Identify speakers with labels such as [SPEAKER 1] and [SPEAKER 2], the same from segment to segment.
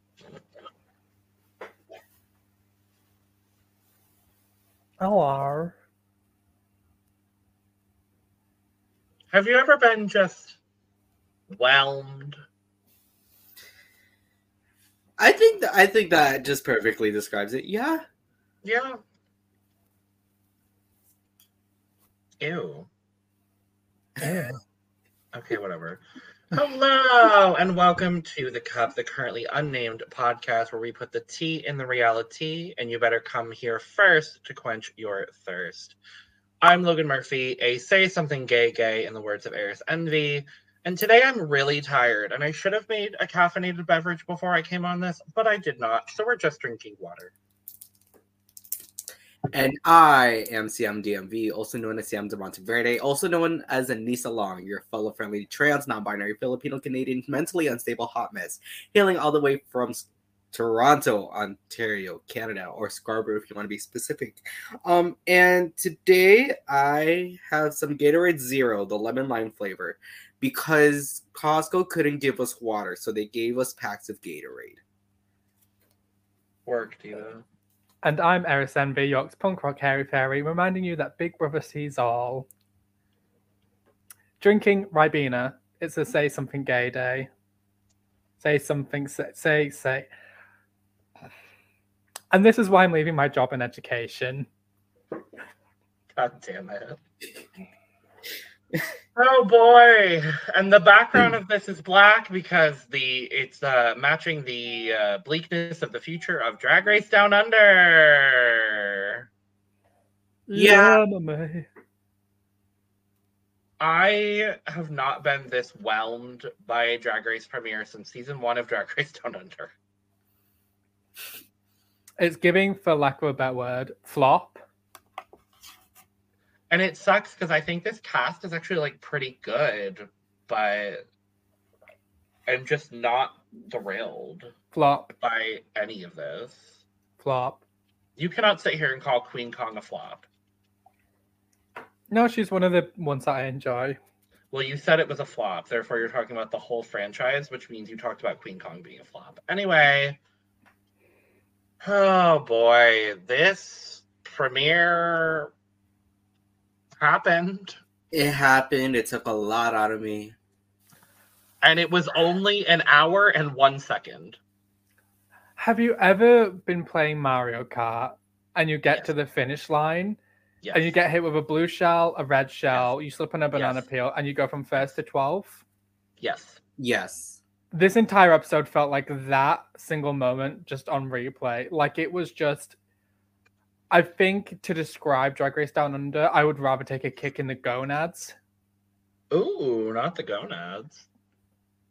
[SPEAKER 1] Hello.
[SPEAKER 2] Have you ever been just whelmed?
[SPEAKER 3] I think th- I think that just perfectly describes it. Yeah.
[SPEAKER 2] Yeah. Ew.
[SPEAKER 1] Ew.
[SPEAKER 2] Okay, whatever. Hello, and welcome to The Cup, the currently unnamed podcast where we put the tea in the reality, and you better come here first to quench your thirst. I'm Logan Murphy, a say something gay gay in the words of Eris Envy, and today I'm really tired, and I should have made a caffeinated beverage before I came on this, but I did not, so we're just drinking water.
[SPEAKER 3] And I am Siam DMV, also known as Siam de Monteverde, also known as Anissa Long, your fellow friendly trans, non binary, Filipino Canadian, mentally unstable hot mess, hailing all the way from S- Toronto, Ontario, Canada, or Scarborough if you want to be specific. Um, and today I have some Gatorade Zero, the lemon lime flavor, because Costco couldn't give us water, so they gave us packs of Gatorade.
[SPEAKER 2] Work, Diva.
[SPEAKER 1] And I'm Eris Envy, York's punk rock hairy fairy, reminding you that Big Brother sees all. Drinking Ribena. It's a say something gay day. Say something, say, say, say. And this is why I'm leaving my job in education.
[SPEAKER 2] God damn it. oh boy. And the background of this is black because the it's uh, matching the uh, bleakness of the future of Drag Race Down Under.
[SPEAKER 3] Yeah.
[SPEAKER 1] Lummy.
[SPEAKER 2] I have not been this whelmed by a Drag Race premiere since season one of Drag Race Down Under.
[SPEAKER 1] It's giving, for lack of a better word, flop.
[SPEAKER 2] And it sucks because I think this cast is actually like pretty good, but I'm just not thrilled
[SPEAKER 1] Flop.
[SPEAKER 2] by any of this.
[SPEAKER 1] Flop.
[SPEAKER 2] You cannot sit here and call Queen Kong a flop.
[SPEAKER 1] No, she's one of the ones that I enjoy.
[SPEAKER 2] Well, you said it was a flop, therefore you're talking about the whole franchise, which means you talked about Queen Kong being a flop. Anyway, oh boy, this premiere happened,
[SPEAKER 3] It happened. It took a lot out of me.
[SPEAKER 2] and it was only an hour and one second.
[SPEAKER 1] Have you ever been playing Mario Kart and you get
[SPEAKER 2] Yes.
[SPEAKER 1] to the finish line
[SPEAKER 2] Yes.
[SPEAKER 1] and you get hit with a blue shell, a red shell, you slip on a banana
[SPEAKER 2] Yes.
[SPEAKER 1] peel, and you go from first to 12th?
[SPEAKER 2] yes.
[SPEAKER 3] Yes.
[SPEAKER 1] This entire episode felt like that single moment just on replay. Like it was just. I think to describe Drag Race Down Under, I would rather take a kick in the gonads.
[SPEAKER 2] Ooh, not the gonads.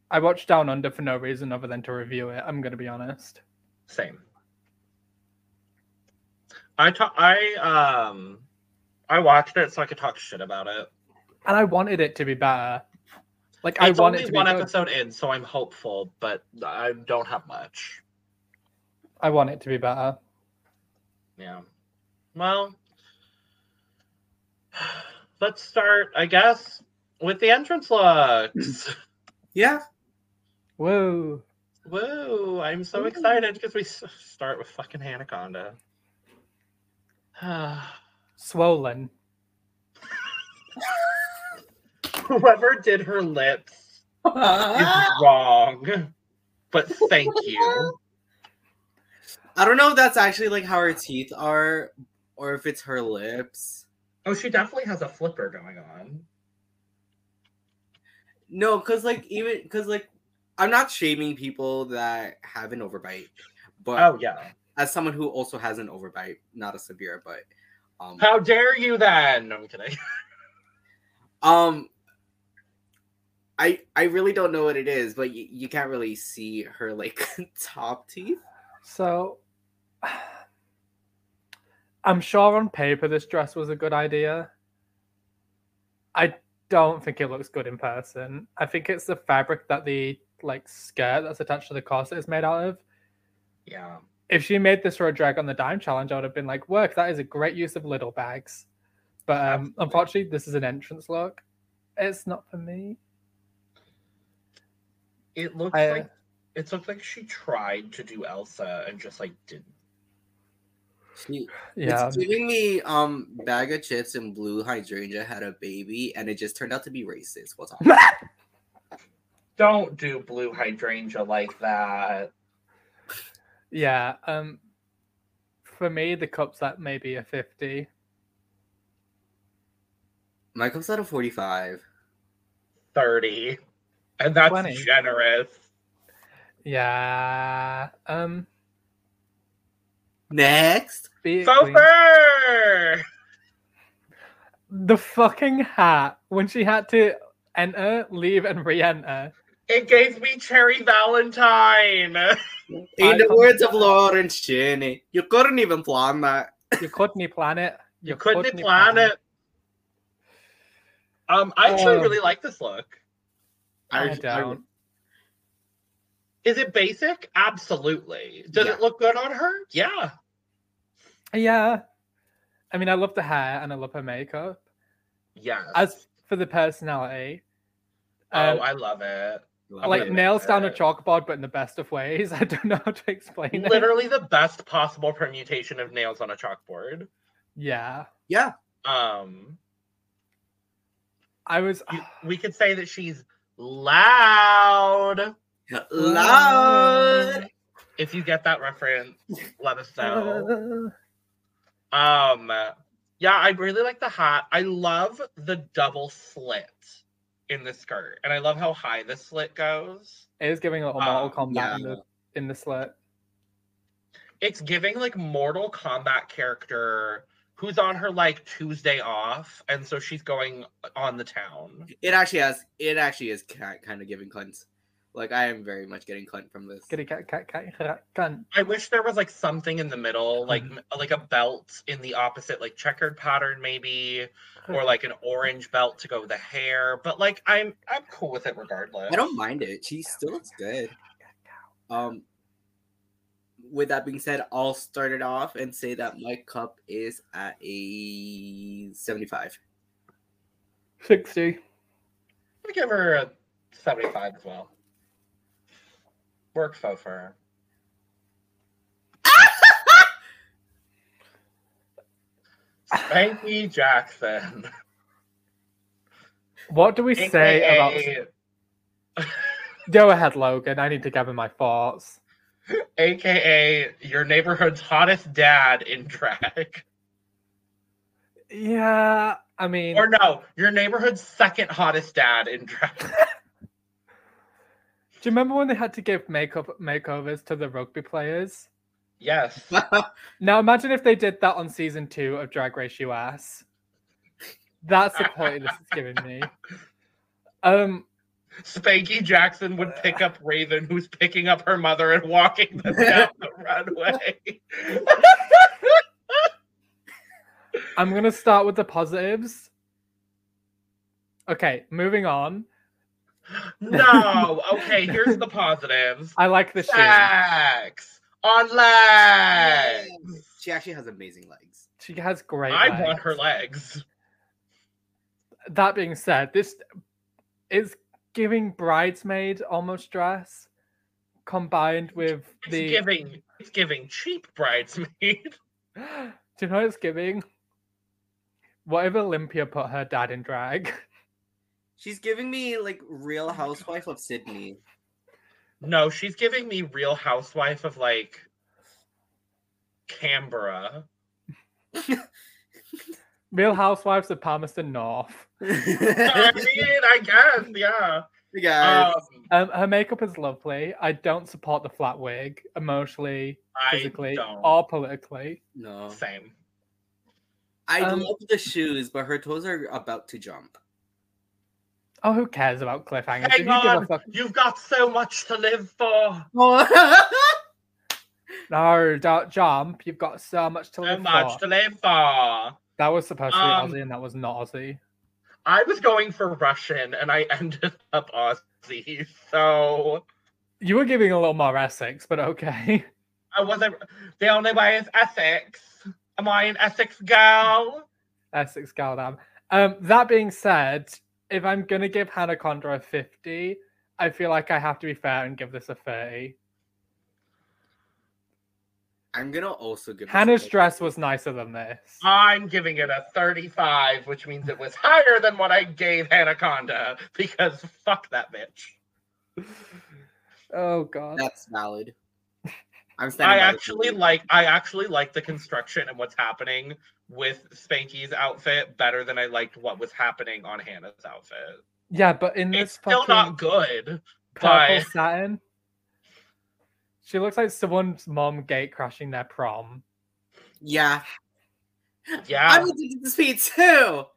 [SPEAKER 1] I watched Down Under for no reason other than to review it. I'm going to be honest.
[SPEAKER 2] Same. I ta- I um I watched it so I could talk shit about it.
[SPEAKER 1] And I wanted it to be better. Like, I
[SPEAKER 2] It's
[SPEAKER 1] want
[SPEAKER 2] only
[SPEAKER 1] it to be
[SPEAKER 2] one
[SPEAKER 1] good.
[SPEAKER 2] episode in, so I'm hopeful, but I don't have much.
[SPEAKER 1] I want it to be better.
[SPEAKER 2] Yeah. Well, let's start, I guess, with the entrance looks.
[SPEAKER 3] Yeah.
[SPEAKER 1] Whoa.
[SPEAKER 2] Woo! I'm so excited because we s- start with fucking Hanaconda.
[SPEAKER 1] Swollen.
[SPEAKER 2] Whoever did her lips is
[SPEAKER 1] Ah!
[SPEAKER 2] wrong, but thank you.
[SPEAKER 3] I don't know if that's actually like how her teeth are or if it's her lips.
[SPEAKER 2] Oh, she definitely has a flipper going on.
[SPEAKER 3] No, cuz like even cuz like I'm not shaming people that have an overbite, but
[SPEAKER 2] Oh yeah.
[SPEAKER 3] as someone who also has an overbite, not a severe but um
[SPEAKER 2] How dare you then? No, I'm kidding.
[SPEAKER 3] um I I really don't know what it is, but y- you can't really see her like top teeth.
[SPEAKER 1] So I'm sure on paper this dress was a good idea. I don't think it looks good in person. I think it's the fabric that the like skirt that's attached to the corset is made out of.
[SPEAKER 2] Yeah.
[SPEAKER 1] If she made this for a drag on the dime challenge, I would have been like, work, that is a great use of little bags. But um,
[SPEAKER 2] Absolutely.
[SPEAKER 1] unfortunately, this is an entrance look. It's not for me.
[SPEAKER 2] It looks
[SPEAKER 1] I- uh,
[SPEAKER 2] like it looks like she tried to do Elsa and just like didn't.
[SPEAKER 3] She,
[SPEAKER 1] Yeah.
[SPEAKER 3] It's giving me um bag of chips and blue hydrangea had a baby and it just turned out to be racist. We'll talk.
[SPEAKER 2] Don't do blue hydrangea like that.
[SPEAKER 1] Yeah. Um, for me, the cup's at maybe a 50.
[SPEAKER 3] My cup's out of 45.
[SPEAKER 2] Thirty, and that's
[SPEAKER 1] 20.
[SPEAKER 2] generous.
[SPEAKER 1] Yeah. Um.
[SPEAKER 3] Next.
[SPEAKER 1] be it
[SPEAKER 2] So
[SPEAKER 1] clean.
[SPEAKER 2] far,
[SPEAKER 1] The fucking hat when she had to enter, leave, and re-enter.
[SPEAKER 2] it gave me cherry Valentine.
[SPEAKER 3] In the
[SPEAKER 1] Icon.
[SPEAKER 3] words of Lawrence Cheney, you couldn't even plan that.
[SPEAKER 1] You couldn't plan it.
[SPEAKER 2] You couldn't plan it. Um, I actually
[SPEAKER 1] Um,
[SPEAKER 2] really like this look.
[SPEAKER 1] I don't.
[SPEAKER 2] Is it basic? Absolutely. Does
[SPEAKER 3] Yeah.
[SPEAKER 2] it look good on her? Yeah.
[SPEAKER 1] Yeah. I mean, I love the hair and I love her makeup.
[SPEAKER 2] Yes.
[SPEAKER 1] As for the personality,
[SPEAKER 2] oh,
[SPEAKER 1] um,
[SPEAKER 2] I love it.
[SPEAKER 3] I
[SPEAKER 2] love
[SPEAKER 1] like
[SPEAKER 2] it.
[SPEAKER 1] nails down a chalkboard, but in the best of ways. I don't know how to explain it.
[SPEAKER 2] Literally the best possible permutation of nails on a chalkboard.
[SPEAKER 1] Yeah,
[SPEAKER 3] Yeah.
[SPEAKER 2] Um,
[SPEAKER 1] I was.
[SPEAKER 2] you- we could say that she's loud.
[SPEAKER 3] Loud.
[SPEAKER 2] If you get that reference, let us know. Um, yeah, I really like the hat. I love the double slit in the skirt, and I love how high the slit goes.
[SPEAKER 1] It is giving a little
[SPEAKER 2] Um,
[SPEAKER 1] Mortal Kombat
[SPEAKER 3] yeah.
[SPEAKER 1] in the in the slit.
[SPEAKER 2] It's giving like Mortal Kombat character who's on her like Tuesday off, and so she's going on the town.
[SPEAKER 3] It actually has it actually is kind of giving cunts. Like I am very much getting cunt from this.
[SPEAKER 1] Kitty cat cat cat cat, cat.
[SPEAKER 2] I wish there was like something in the middle, like m- like a belt in the opposite, like checkered pattern maybe, or like an orange belt to go with the hair. But like I'm I'm cool with it regardless.
[SPEAKER 3] I don't mind it. She still looks good. Um, with that being said, I'll start it off and say that my cup is at a 75.
[SPEAKER 1] Sixty.
[SPEAKER 2] I give her a 75 as well. Work so far. Spanky Jackson.
[SPEAKER 1] What do we say about?
[SPEAKER 2] AKA,
[SPEAKER 1] Go ahead, Logan. I need to gather my thoughts.
[SPEAKER 2] AKA your neighborhood's hottest dad in drag.
[SPEAKER 1] Yeah, I mean,
[SPEAKER 2] Or no, your neighborhood's second hottest dad in drag.
[SPEAKER 1] do you remember when they had to give makeup makeovers to the rugby players?
[SPEAKER 2] Yes.
[SPEAKER 1] Now imagine if they did that on season two of Drag Race US. That's the point this is giving me. Um,
[SPEAKER 2] Spanky Jackson would pick up Raven, who's picking up her mother and walking them down the runway.
[SPEAKER 1] I'm gonna start with the positives. Okay, moving on.
[SPEAKER 2] No. Okay, here's the positives.
[SPEAKER 1] I like the shoe.
[SPEAKER 2] Sex on legs.
[SPEAKER 3] She actually has amazing legs.
[SPEAKER 1] She has great.
[SPEAKER 2] I want
[SPEAKER 1] legs.
[SPEAKER 2] her legs.
[SPEAKER 1] that being said, this is giving bridesmaid almost dress combined with
[SPEAKER 2] It's
[SPEAKER 1] the.
[SPEAKER 2] giving. It's giving cheap bridesmaid.
[SPEAKER 1] Do you know what it's giving? What if Olympia put her dad in drag?
[SPEAKER 3] She's giving me like Real Housewife of Sydney.
[SPEAKER 2] No, she's giving me Real Housewife of like Canberra.
[SPEAKER 1] Real Housewives of Palmerston North.
[SPEAKER 2] I
[SPEAKER 3] Guys,
[SPEAKER 2] mean, I guess, yeah. Um,
[SPEAKER 1] Um, her makeup is lovely. I don't support the flat wig emotionally,
[SPEAKER 2] I
[SPEAKER 1] physically,
[SPEAKER 2] don't.
[SPEAKER 1] or politically.
[SPEAKER 3] no,
[SPEAKER 2] Same. Um,
[SPEAKER 3] I
[SPEAKER 1] Um,
[SPEAKER 3] love the shoes, but her toes are about to jump.
[SPEAKER 1] Oh, who cares about cliffhangers? if
[SPEAKER 2] Hang
[SPEAKER 1] you give
[SPEAKER 2] on.
[SPEAKER 1] a fuck,
[SPEAKER 2] You've got so much to live for.
[SPEAKER 1] no, don't jump. You've got so much to
[SPEAKER 2] So
[SPEAKER 1] live
[SPEAKER 2] much
[SPEAKER 1] for.
[SPEAKER 2] to live for.
[SPEAKER 1] That was supposed to be
[SPEAKER 2] Um,
[SPEAKER 1] Aussie, and that was not Aussie.
[SPEAKER 2] I was going for Russian and I ended up Aussie. So
[SPEAKER 1] You were giving a little more Essex, but okay.
[SPEAKER 2] I wasn't. The only way is Essex. Am I an Essex girl?
[SPEAKER 1] Essex Galdam. Um, that being said, if I'm gonna give Hannah Condra a 50, I feel like I have to be fair and give this a 30.
[SPEAKER 3] I'm gonna also give this
[SPEAKER 1] Hannah's
[SPEAKER 3] a-
[SPEAKER 1] dress was nicer than this.
[SPEAKER 2] I'm giving it a 35, which means it was higher than what I gave Anaconda because fuck that bitch.
[SPEAKER 1] Oh god.
[SPEAKER 3] That's valid. I'm
[SPEAKER 2] I
[SPEAKER 3] standing. by the
[SPEAKER 2] actually
[SPEAKER 3] movie.
[SPEAKER 2] like I actually like the construction and what's happening with Spanky's outfit better than I liked what was happening on Hannah's outfit.
[SPEAKER 1] Yeah, but in this
[SPEAKER 2] It's still not
[SPEAKER 1] fucking
[SPEAKER 2] good.
[SPEAKER 1] purple
[SPEAKER 2] but-
[SPEAKER 1] satin, she looks like someone's mom gate crashing their prom.
[SPEAKER 3] Yeah. I
[SPEAKER 2] Yeah.
[SPEAKER 3] would do this feat E too.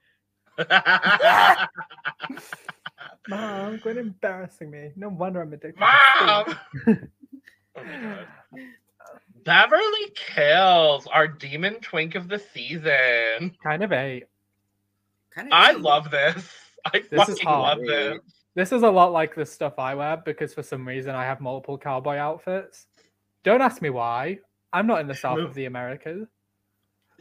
[SPEAKER 1] Mom, quit embarrassing me. No wonder I'm addicted. to
[SPEAKER 2] Mom!
[SPEAKER 1] Steve.
[SPEAKER 2] Oh my God. Beverly Kills, our demon twink of the season.
[SPEAKER 1] Kind of a.
[SPEAKER 3] Kind of.
[SPEAKER 2] I love this. I
[SPEAKER 1] is
[SPEAKER 2] fucking
[SPEAKER 1] hard.
[SPEAKER 2] love this.
[SPEAKER 1] This is a lot like the stuff I wear because for some reason I have multiple cowboy outfits. Don't ask me why. I'm not in the south of the Americas.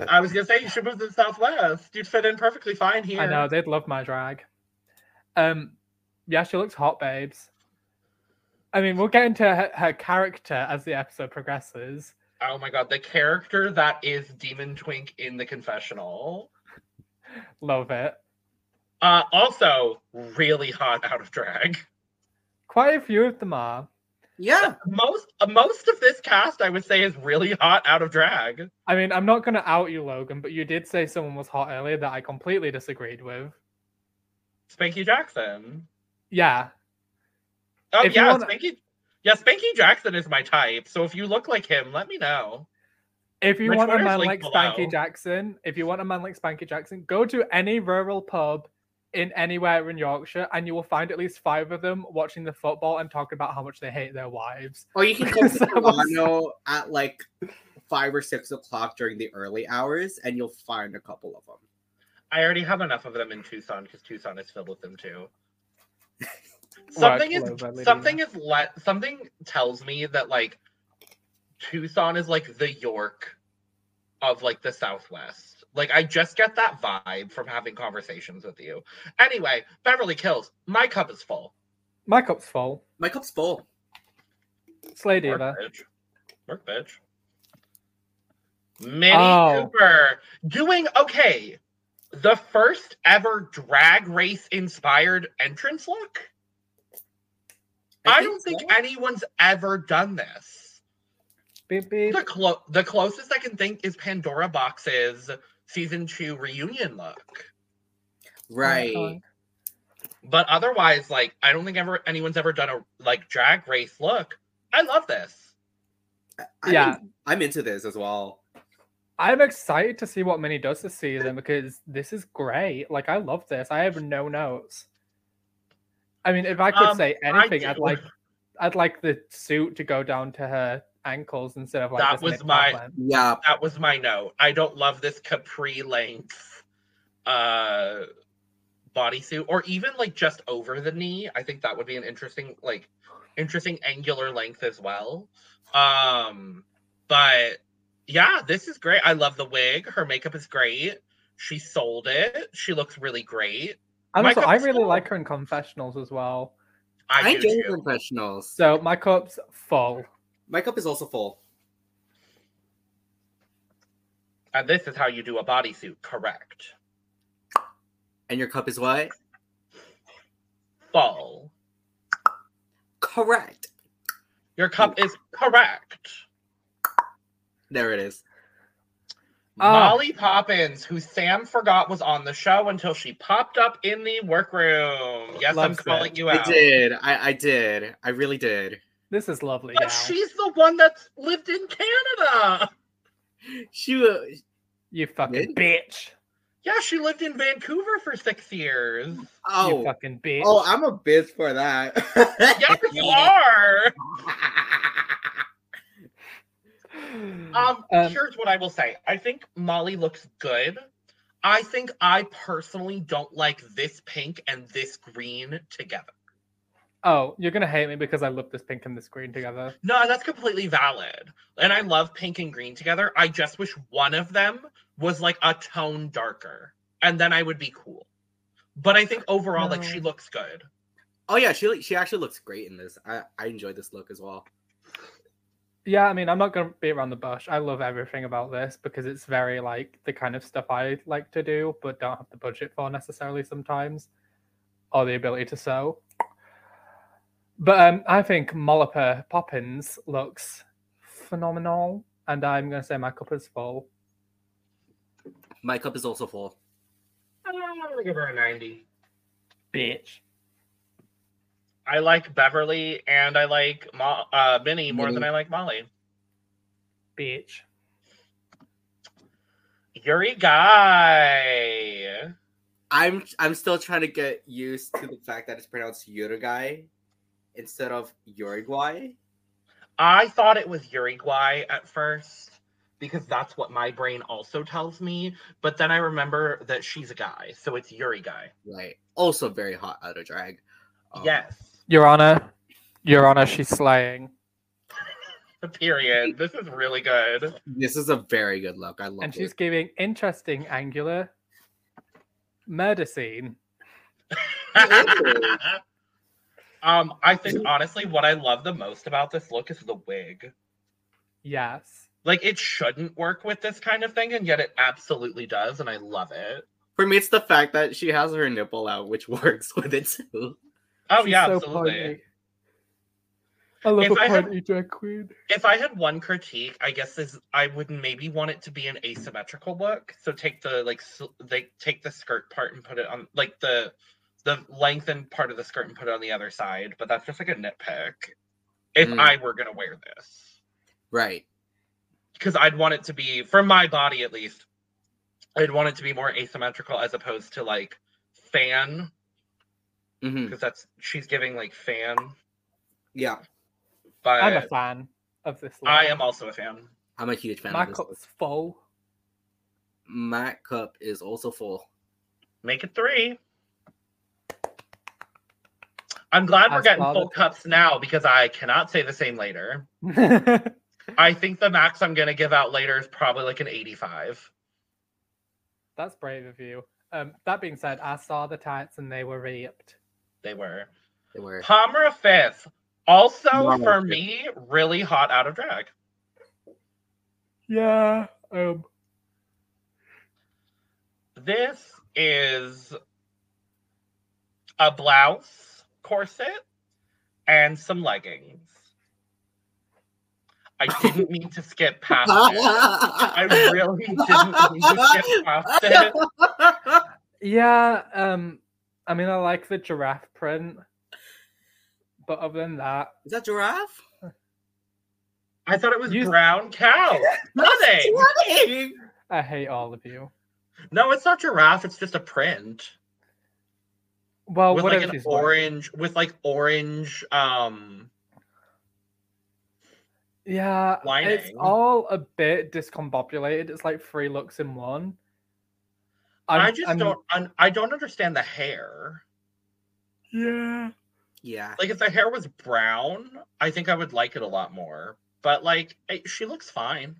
[SPEAKER 2] I was gonna say you should move to the southwest. You'd fit in perfectly fine here.
[SPEAKER 1] I know they'd love my drag. Um, yeah, she looks hot, babes. I mean, we'll get into her, her character as the episode progresses.
[SPEAKER 2] Oh my god, the character that is Demon Twink in the confessional.
[SPEAKER 1] Love it.
[SPEAKER 2] Uh also really hot out of drag.
[SPEAKER 1] Quite a few of them are.
[SPEAKER 3] Yeah.
[SPEAKER 2] Most uh, most of this cast I would say is really hot out of drag.
[SPEAKER 1] I mean, I'm not going to out you, Logan, but you did say someone was hot earlier that I completely disagreed with.
[SPEAKER 2] Spanky Jackson.
[SPEAKER 1] Yeah,
[SPEAKER 2] Oh
[SPEAKER 1] If you
[SPEAKER 2] yeah,
[SPEAKER 1] wanna-
[SPEAKER 2] Spanky Yeah, Spanky Jackson is my type. So if you look like him, let me know.
[SPEAKER 1] If you
[SPEAKER 2] My
[SPEAKER 1] want a
[SPEAKER 2] Twitter's
[SPEAKER 1] man like
[SPEAKER 2] linked below.
[SPEAKER 1] Spanky Jackson, if you want a man like Spanky Jackson, go to any rural pub in anywhere in Yorkshire and you will find at least five of them watching the football and talking about how much they hate their wives.
[SPEAKER 3] Or you can come to
[SPEAKER 1] So what's-
[SPEAKER 3] Milano at like five or six o'clock during the early hours, and you'll find a couple of them.
[SPEAKER 2] I already have enough of them in Tucson because Tucson is filled with them too. Something
[SPEAKER 1] Workload, Lady
[SPEAKER 2] is something is let something tells me that like Tucson is like the York of like the Southwest. Like I just get that vibe from having conversations with you. Anyway, Beverly Kills, my cup is full.
[SPEAKER 1] My cup's full.
[SPEAKER 3] My cup's full.
[SPEAKER 1] Slay
[SPEAKER 2] Work,
[SPEAKER 1] Diva.
[SPEAKER 2] bitch. Work, bitch. Minnie
[SPEAKER 1] Oh.
[SPEAKER 2] Cooper doing okay. The first ever drag race inspired entrance look. I, don't think
[SPEAKER 3] so.
[SPEAKER 2] anyone's ever done this.
[SPEAKER 1] Beep, beep.
[SPEAKER 2] The clo- the closest I can think is Pandora Box's season two reunion look.
[SPEAKER 3] right.
[SPEAKER 2] But otherwise, like I don't think ever anyone's ever done a like drag race look. I love this.
[SPEAKER 3] I'm
[SPEAKER 1] Yeah.
[SPEAKER 3] in- I'm into this as well.
[SPEAKER 1] I'm excited to see what Minnie does this season because this is great. Like, I love this. I have no notes. I mean, if I could
[SPEAKER 2] Um,
[SPEAKER 1] say anything, I'd
[SPEAKER 2] do.
[SPEAKER 1] like, I'd like the suit to go down to her ankles instead of like
[SPEAKER 2] That
[SPEAKER 1] this
[SPEAKER 2] was
[SPEAKER 1] knit-cap
[SPEAKER 2] my-
[SPEAKER 1] length.
[SPEAKER 3] Yeah.
[SPEAKER 2] that was my note. I don't love this capri length uh bodysuit or even like just over the knee. I think that would be an interesting like interesting angular length as well. Um but yeah, this is great. I love the wig. Her makeup is great. She sold it. She looks really great.
[SPEAKER 1] And
[SPEAKER 2] My
[SPEAKER 1] also, I
[SPEAKER 2] cup's
[SPEAKER 1] really
[SPEAKER 2] full.
[SPEAKER 1] like her in confessionals as well.
[SPEAKER 2] I,
[SPEAKER 3] I
[SPEAKER 2] do
[SPEAKER 3] get
[SPEAKER 2] too.
[SPEAKER 3] confessionals.
[SPEAKER 1] So my cup's full.
[SPEAKER 3] My cup is also full.
[SPEAKER 2] And this is how you do a bodysuit, correct?
[SPEAKER 3] And your cup is what?
[SPEAKER 2] Full.
[SPEAKER 3] Correct.
[SPEAKER 2] Your cup is correct.
[SPEAKER 3] There it is.
[SPEAKER 1] Ah.
[SPEAKER 2] Molly Poppins, who Sam forgot was on the show until she popped up in the workroom. Yes, I'm
[SPEAKER 1] Loves it.
[SPEAKER 2] calling you
[SPEAKER 3] I
[SPEAKER 2] out.
[SPEAKER 3] did. I, I did. I really did.
[SPEAKER 1] This is lovely.
[SPEAKER 2] But
[SPEAKER 1] gal.
[SPEAKER 2] she's the one that's lived in Canada.
[SPEAKER 3] She wa-
[SPEAKER 1] You fucking
[SPEAKER 3] Really?
[SPEAKER 1] bitch.
[SPEAKER 2] Yeah, she lived in Vancouver for six years.
[SPEAKER 1] You
[SPEAKER 3] Oh,
[SPEAKER 1] fucking bitch.
[SPEAKER 3] oh, I'm a bitch for that.
[SPEAKER 2] Yes, you are. Um,
[SPEAKER 1] Um,
[SPEAKER 2] here's what I will say. I think Molly looks good. I think I personally don't like this pink and this green together.
[SPEAKER 1] oh, you're gonna hate me because I love this pink and this green together.
[SPEAKER 2] No, that's completely valid. And I love pink and green together. I just wish one of them was like a tone darker, and then I would be cool. But I think overall, like
[SPEAKER 1] No.
[SPEAKER 2] she looks good.
[SPEAKER 3] oh yeah, she she actually looks great in this. I I enjoyed this look as well.
[SPEAKER 1] Yeah, I mean, I'm not gonna be around the bush. I love everything about this because it's very like the kind of stuff I like to do, but don't have the budget for necessarily sometimes, or the ability to sew. But um, I think Molliper Poppins looks phenomenal, and I'm gonna say my cup is full.
[SPEAKER 3] My cup is also full.
[SPEAKER 2] I'm gonna give her a 90.
[SPEAKER 1] Bitch.
[SPEAKER 2] I like Beverly and I like Mo- uh, Minnie more than
[SPEAKER 3] Minnie.
[SPEAKER 2] I like Molly.
[SPEAKER 1] Bitch.
[SPEAKER 2] Yuri Guy.
[SPEAKER 3] I'm I'm still trying to get used to the fact that it's pronounced Uruguay instead of Uruguay.
[SPEAKER 2] I thought it was Uruguay at first because that's what my brain also tells me. But then I remember that she's a guy, so it's Yuri Guy.
[SPEAKER 3] Right. Also very hot out of drag. Um,
[SPEAKER 2] Yes.
[SPEAKER 1] Your Honor, Your Honor, she's slaying.
[SPEAKER 2] Period. This is really good.
[SPEAKER 3] This is a very good look. I love
[SPEAKER 1] And she's
[SPEAKER 3] it.
[SPEAKER 1] giving interesting angular murder scene.
[SPEAKER 3] Ooh.
[SPEAKER 2] um, I think honestly, what I love the most about this look is the wig.
[SPEAKER 1] Yes.
[SPEAKER 2] Like it shouldn't work with this kind of thing, and yet it absolutely does, and I love it.
[SPEAKER 3] For me, it's the fact that she has her nipple out, which works with it too.
[SPEAKER 2] Oh
[SPEAKER 1] She's
[SPEAKER 2] yeah,
[SPEAKER 1] so
[SPEAKER 2] absolutely.
[SPEAKER 1] pointy. I love
[SPEAKER 2] If
[SPEAKER 1] a
[SPEAKER 2] I had-
[SPEAKER 1] pointy drag queen.
[SPEAKER 2] If I had one critique, I guess is I would maybe want it to be an asymmetrical look. So take the like sl- they take the skirt part and put it on like the the lengthened part of the skirt and put it on the other side. But that's just like a nitpick. If
[SPEAKER 3] Mm.
[SPEAKER 2] I were gonna wear this,
[SPEAKER 3] Right.
[SPEAKER 2] because I'd want it to be for my body at least. I'd want it to be more asymmetrical as opposed to like fan
[SPEAKER 3] hmm
[SPEAKER 2] because that's she's giving like fan.
[SPEAKER 3] Yeah.
[SPEAKER 2] But
[SPEAKER 1] I'm a fan of this.
[SPEAKER 2] Uh, I
[SPEAKER 1] look.
[SPEAKER 2] am also a fan.
[SPEAKER 3] I'm a huge fan
[SPEAKER 1] My
[SPEAKER 3] of this. look.
[SPEAKER 1] cup's full.
[SPEAKER 3] My cup is also full.
[SPEAKER 2] Make it three. I'm glad we're
[SPEAKER 1] As
[SPEAKER 2] getting
[SPEAKER 1] well
[SPEAKER 2] full
[SPEAKER 1] as-
[SPEAKER 2] cups now because I cannot say the same later.
[SPEAKER 1] That's
[SPEAKER 2] I think the max I'm going to give out later is probably like an 85.
[SPEAKER 1] brave of you. Um, that being said, I saw the tights and they were ripped.
[SPEAKER 2] They were.
[SPEAKER 3] They were.
[SPEAKER 2] Palmer fifth. Also,
[SPEAKER 3] Palmer
[SPEAKER 2] for
[SPEAKER 3] fifth.
[SPEAKER 2] me, really hot out of drag.
[SPEAKER 1] Yeah. Um,
[SPEAKER 2] This is a blouse corset and some leggings. I didn't mean to skip past it. I really didn't mean to skip past it.
[SPEAKER 1] yeah. Um, I mean, I like the giraffe print, but other than that,
[SPEAKER 3] Is that giraffe?
[SPEAKER 2] I thought it was
[SPEAKER 1] You-
[SPEAKER 2] brown cow. Nothing.
[SPEAKER 3] Running!
[SPEAKER 1] I hate all of you.
[SPEAKER 2] No, it's not giraffe. It's just a print
[SPEAKER 1] Well,
[SPEAKER 2] with
[SPEAKER 1] Oh, what
[SPEAKER 2] like
[SPEAKER 1] if
[SPEAKER 2] an
[SPEAKER 1] she's white?
[SPEAKER 2] orange, with like orange. Um,
[SPEAKER 1] Yeah, it's
[SPEAKER 2] lining?
[SPEAKER 1] all a bit discombobulated. It's like three looks in one. I'm,
[SPEAKER 2] I just
[SPEAKER 1] I'm-
[SPEAKER 2] don't. un- I don't understand the hair.
[SPEAKER 1] Yeah.
[SPEAKER 3] Yeah.
[SPEAKER 2] Like if the hair was brown, I think I would like it a lot more. But like, it, she looks fine.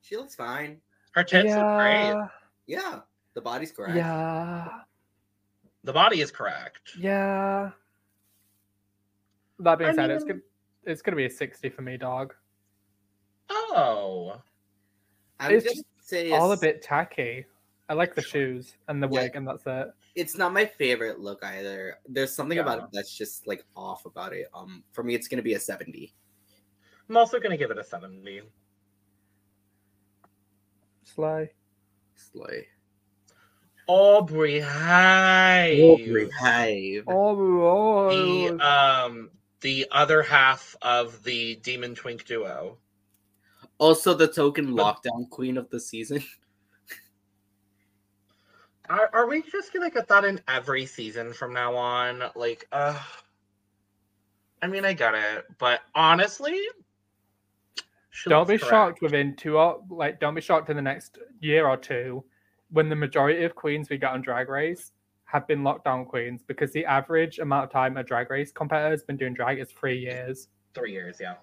[SPEAKER 3] She looks fine.
[SPEAKER 2] Her tits look great.
[SPEAKER 1] yeah,
[SPEAKER 3] Yeah. The body's correct.
[SPEAKER 1] yeah,
[SPEAKER 2] The body is correct.
[SPEAKER 1] yeah. That being
[SPEAKER 2] I
[SPEAKER 1] said, it's
[SPEAKER 2] mean-
[SPEAKER 1] gonna, it's gonna be a sixty for me, dog.
[SPEAKER 2] Oh,
[SPEAKER 3] I would
[SPEAKER 1] It's
[SPEAKER 3] just say
[SPEAKER 1] All a
[SPEAKER 3] it's-
[SPEAKER 1] bit tacky. I like the shoes and the
[SPEAKER 3] Yeah.
[SPEAKER 1] wig, and that's it.
[SPEAKER 3] it's not my favorite look either. There's something about
[SPEAKER 2] Yeah.
[SPEAKER 3] it that's just like off about it. Um, for me, it's gonna be a seventy.
[SPEAKER 2] I'm also gonna give it a seventy.
[SPEAKER 1] Sly.
[SPEAKER 3] It's like
[SPEAKER 2] Aubrey Hive.
[SPEAKER 3] Hive.
[SPEAKER 1] Oh,
[SPEAKER 2] the um the other half of the demon twink duo
[SPEAKER 3] Also, the token lockdown queen of the season.
[SPEAKER 2] Are, are we just gonna get that in every season from now on? Like, uh, I mean, I get it, but honestly, she
[SPEAKER 1] don't
[SPEAKER 2] looks
[SPEAKER 1] be
[SPEAKER 2] correct.
[SPEAKER 1] shocked within two or like don't be shocked in the next year or two when the majority of queens we get on drag race have been lockdown queens because the average amount of time a drag race competitor has been doing drag is three years
[SPEAKER 2] Three years, yeah.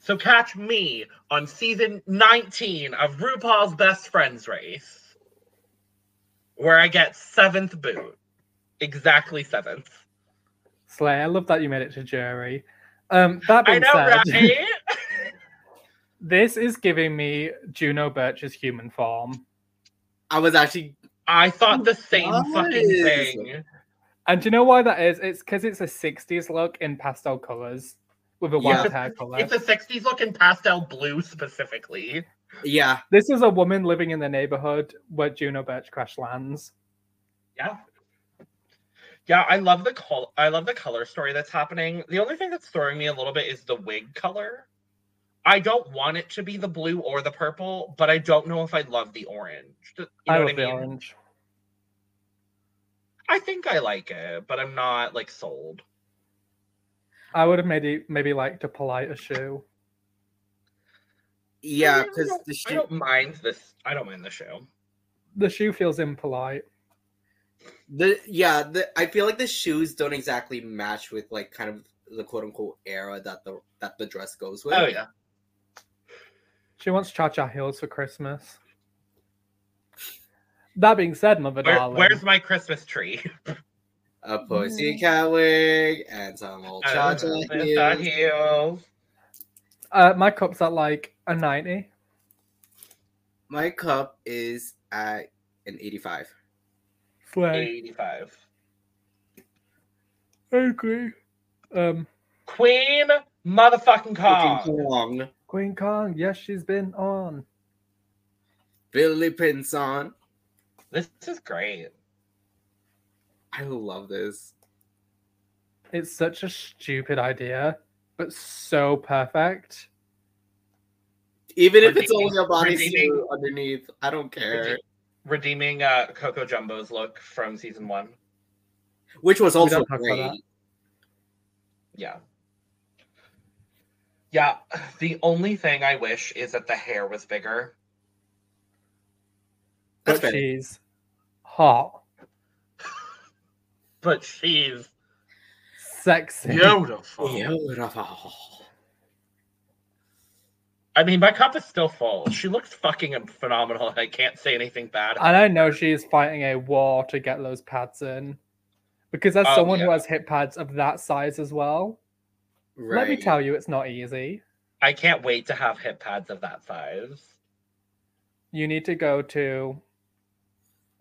[SPEAKER 2] So catch me on season 19 of RuPaul's Best Friends Race, where I get seventh boot. Exactly seventh.
[SPEAKER 1] slay i love that you made it to jury um that
[SPEAKER 2] I
[SPEAKER 1] being
[SPEAKER 2] know,
[SPEAKER 1] said
[SPEAKER 2] right?
[SPEAKER 1] this is giving me juno birch's human form
[SPEAKER 3] I was actually
[SPEAKER 2] I thought the same fucking
[SPEAKER 3] Nice.
[SPEAKER 2] thing.
[SPEAKER 1] and do you know why that is it's because it's a 60s look in pastel colors with a
[SPEAKER 3] Yeah.
[SPEAKER 1] white hair color
[SPEAKER 2] It's a 60s look in pastel blue specifically.
[SPEAKER 3] yeah.
[SPEAKER 1] this is a woman living in the neighborhood where juno birch crash lands
[SPEAKER 2] Yeah. Yeah, I love the col- I love the color story that's happening. The only thing that's throwing me a little bit is the wig color. I don't want it to be the blue or the purple, but I don't know if I love the orange. You know
[SPEAKER 1] i
[SPEAKER 2] what
[SPEAKER 1] love
[SPEAKER 2] I
[SPEAKER 1] the
[SPEAKER 2] mean?
[SPEAKER 1] orange
[SPEAKER 2] I think I like it, but I'm not like sold.
[SPEAKER 1] I would have maybe maybe liked a polite a shoe.
[SPEAKER 3] Yeah,
[SPEAKER 2] I don't-
[SPEAKER 3] because the
[SPEAKER 2] I
[SPEAKER 3] shoe,
[SPEAKER 2] don't mind this. I don't mind the show.
[SPEAKER 1] The shoe feels impolite.
[SPEAKER 3] the yeah, the, I feel like the shoes don't exactly match with like kind of the quote unquote era that the that the dress goes with.
[SPEAKER 2] Oh yeah.
[SPEAKER 1] She wants cha cha heels for Christmas. That being said, mother
[SPEAKER 2] Where-
[SPEAKER 1] darling,
[SPEAKER 2] where's my Christmas tree?
[SPEAKER 3] a pussycat wig and some old cha cha
[SPEAKER 2] Santa heels.
[SPEAKER 1] uh, my cup's at like a ninety.
[SPEAKER 3] My cup is at an eighty-five.
[SPEAKER 1] Slay.
[SPEAKER 2] 85.
[SPEAKER 1] I agree. Um,
[SPEAKER 2] Queen motherfucking
[SPEAKER 3] Fucking
[SPEAKER 2] Kong.
[SPEAKER 3] Kong,
[SPEAKER 1] Queen Kong. Yes, she's been on.
[SPEAKER 3] Billy Pinson.
[SPEAKER 2] This is great.
[SPEAKER 3] I love this.
[SPEAKER 1] It's such a stupid idea, but so perfect.
[SPEAKER 3] Even if
[SPEAKER 2] We're
[SPEAKER 3] it's only a
[SPEAKER 2] redeeming-
[SPEAKER 3] bodysuit underneath, I don't care.
[SPEAKER 2] redeeming uh Coco Jumbo's look from season one.
[SPEAKER 3] Which was also
[SPEAKER 1] don't talk about
[SPEAKER 3] great.
[SPEAKER 1] that.
[SPEAKER 2] Yeah. Yeah. The only thing I wish is that the hair was bigger.
[SPEAKER 3] That's
[SPEAKER 1] but
[SPEAKER 3] fair.
[SPEAKER 1] she's hot,
[SPEAKER 2] But she's
[SPEAKER 1] sexy.
[SPEAKER 2] beautiful.
[SPEAKER 3] Beautiful.
[SPEAKER 2] I mean, my cup is still full. She looks fucking phenomenal, and I can't say anything bad.
[SPEAKER 1] And I know she is fighting a war to get those pads in. Because as
[SPEAKER 2] Oh,
[SPEAKER 1] someone who
[SPEAKER 2] yeah.
[SPEAKER 1] has hip pads of that size as well,
[SPEAKER 3] Right.
[SPEAKER 1] let me tell you, it's not easy.
[SPEAKER 2] I can't wait to have hip pads of that size.
[SPEAKER 1] You need to go to.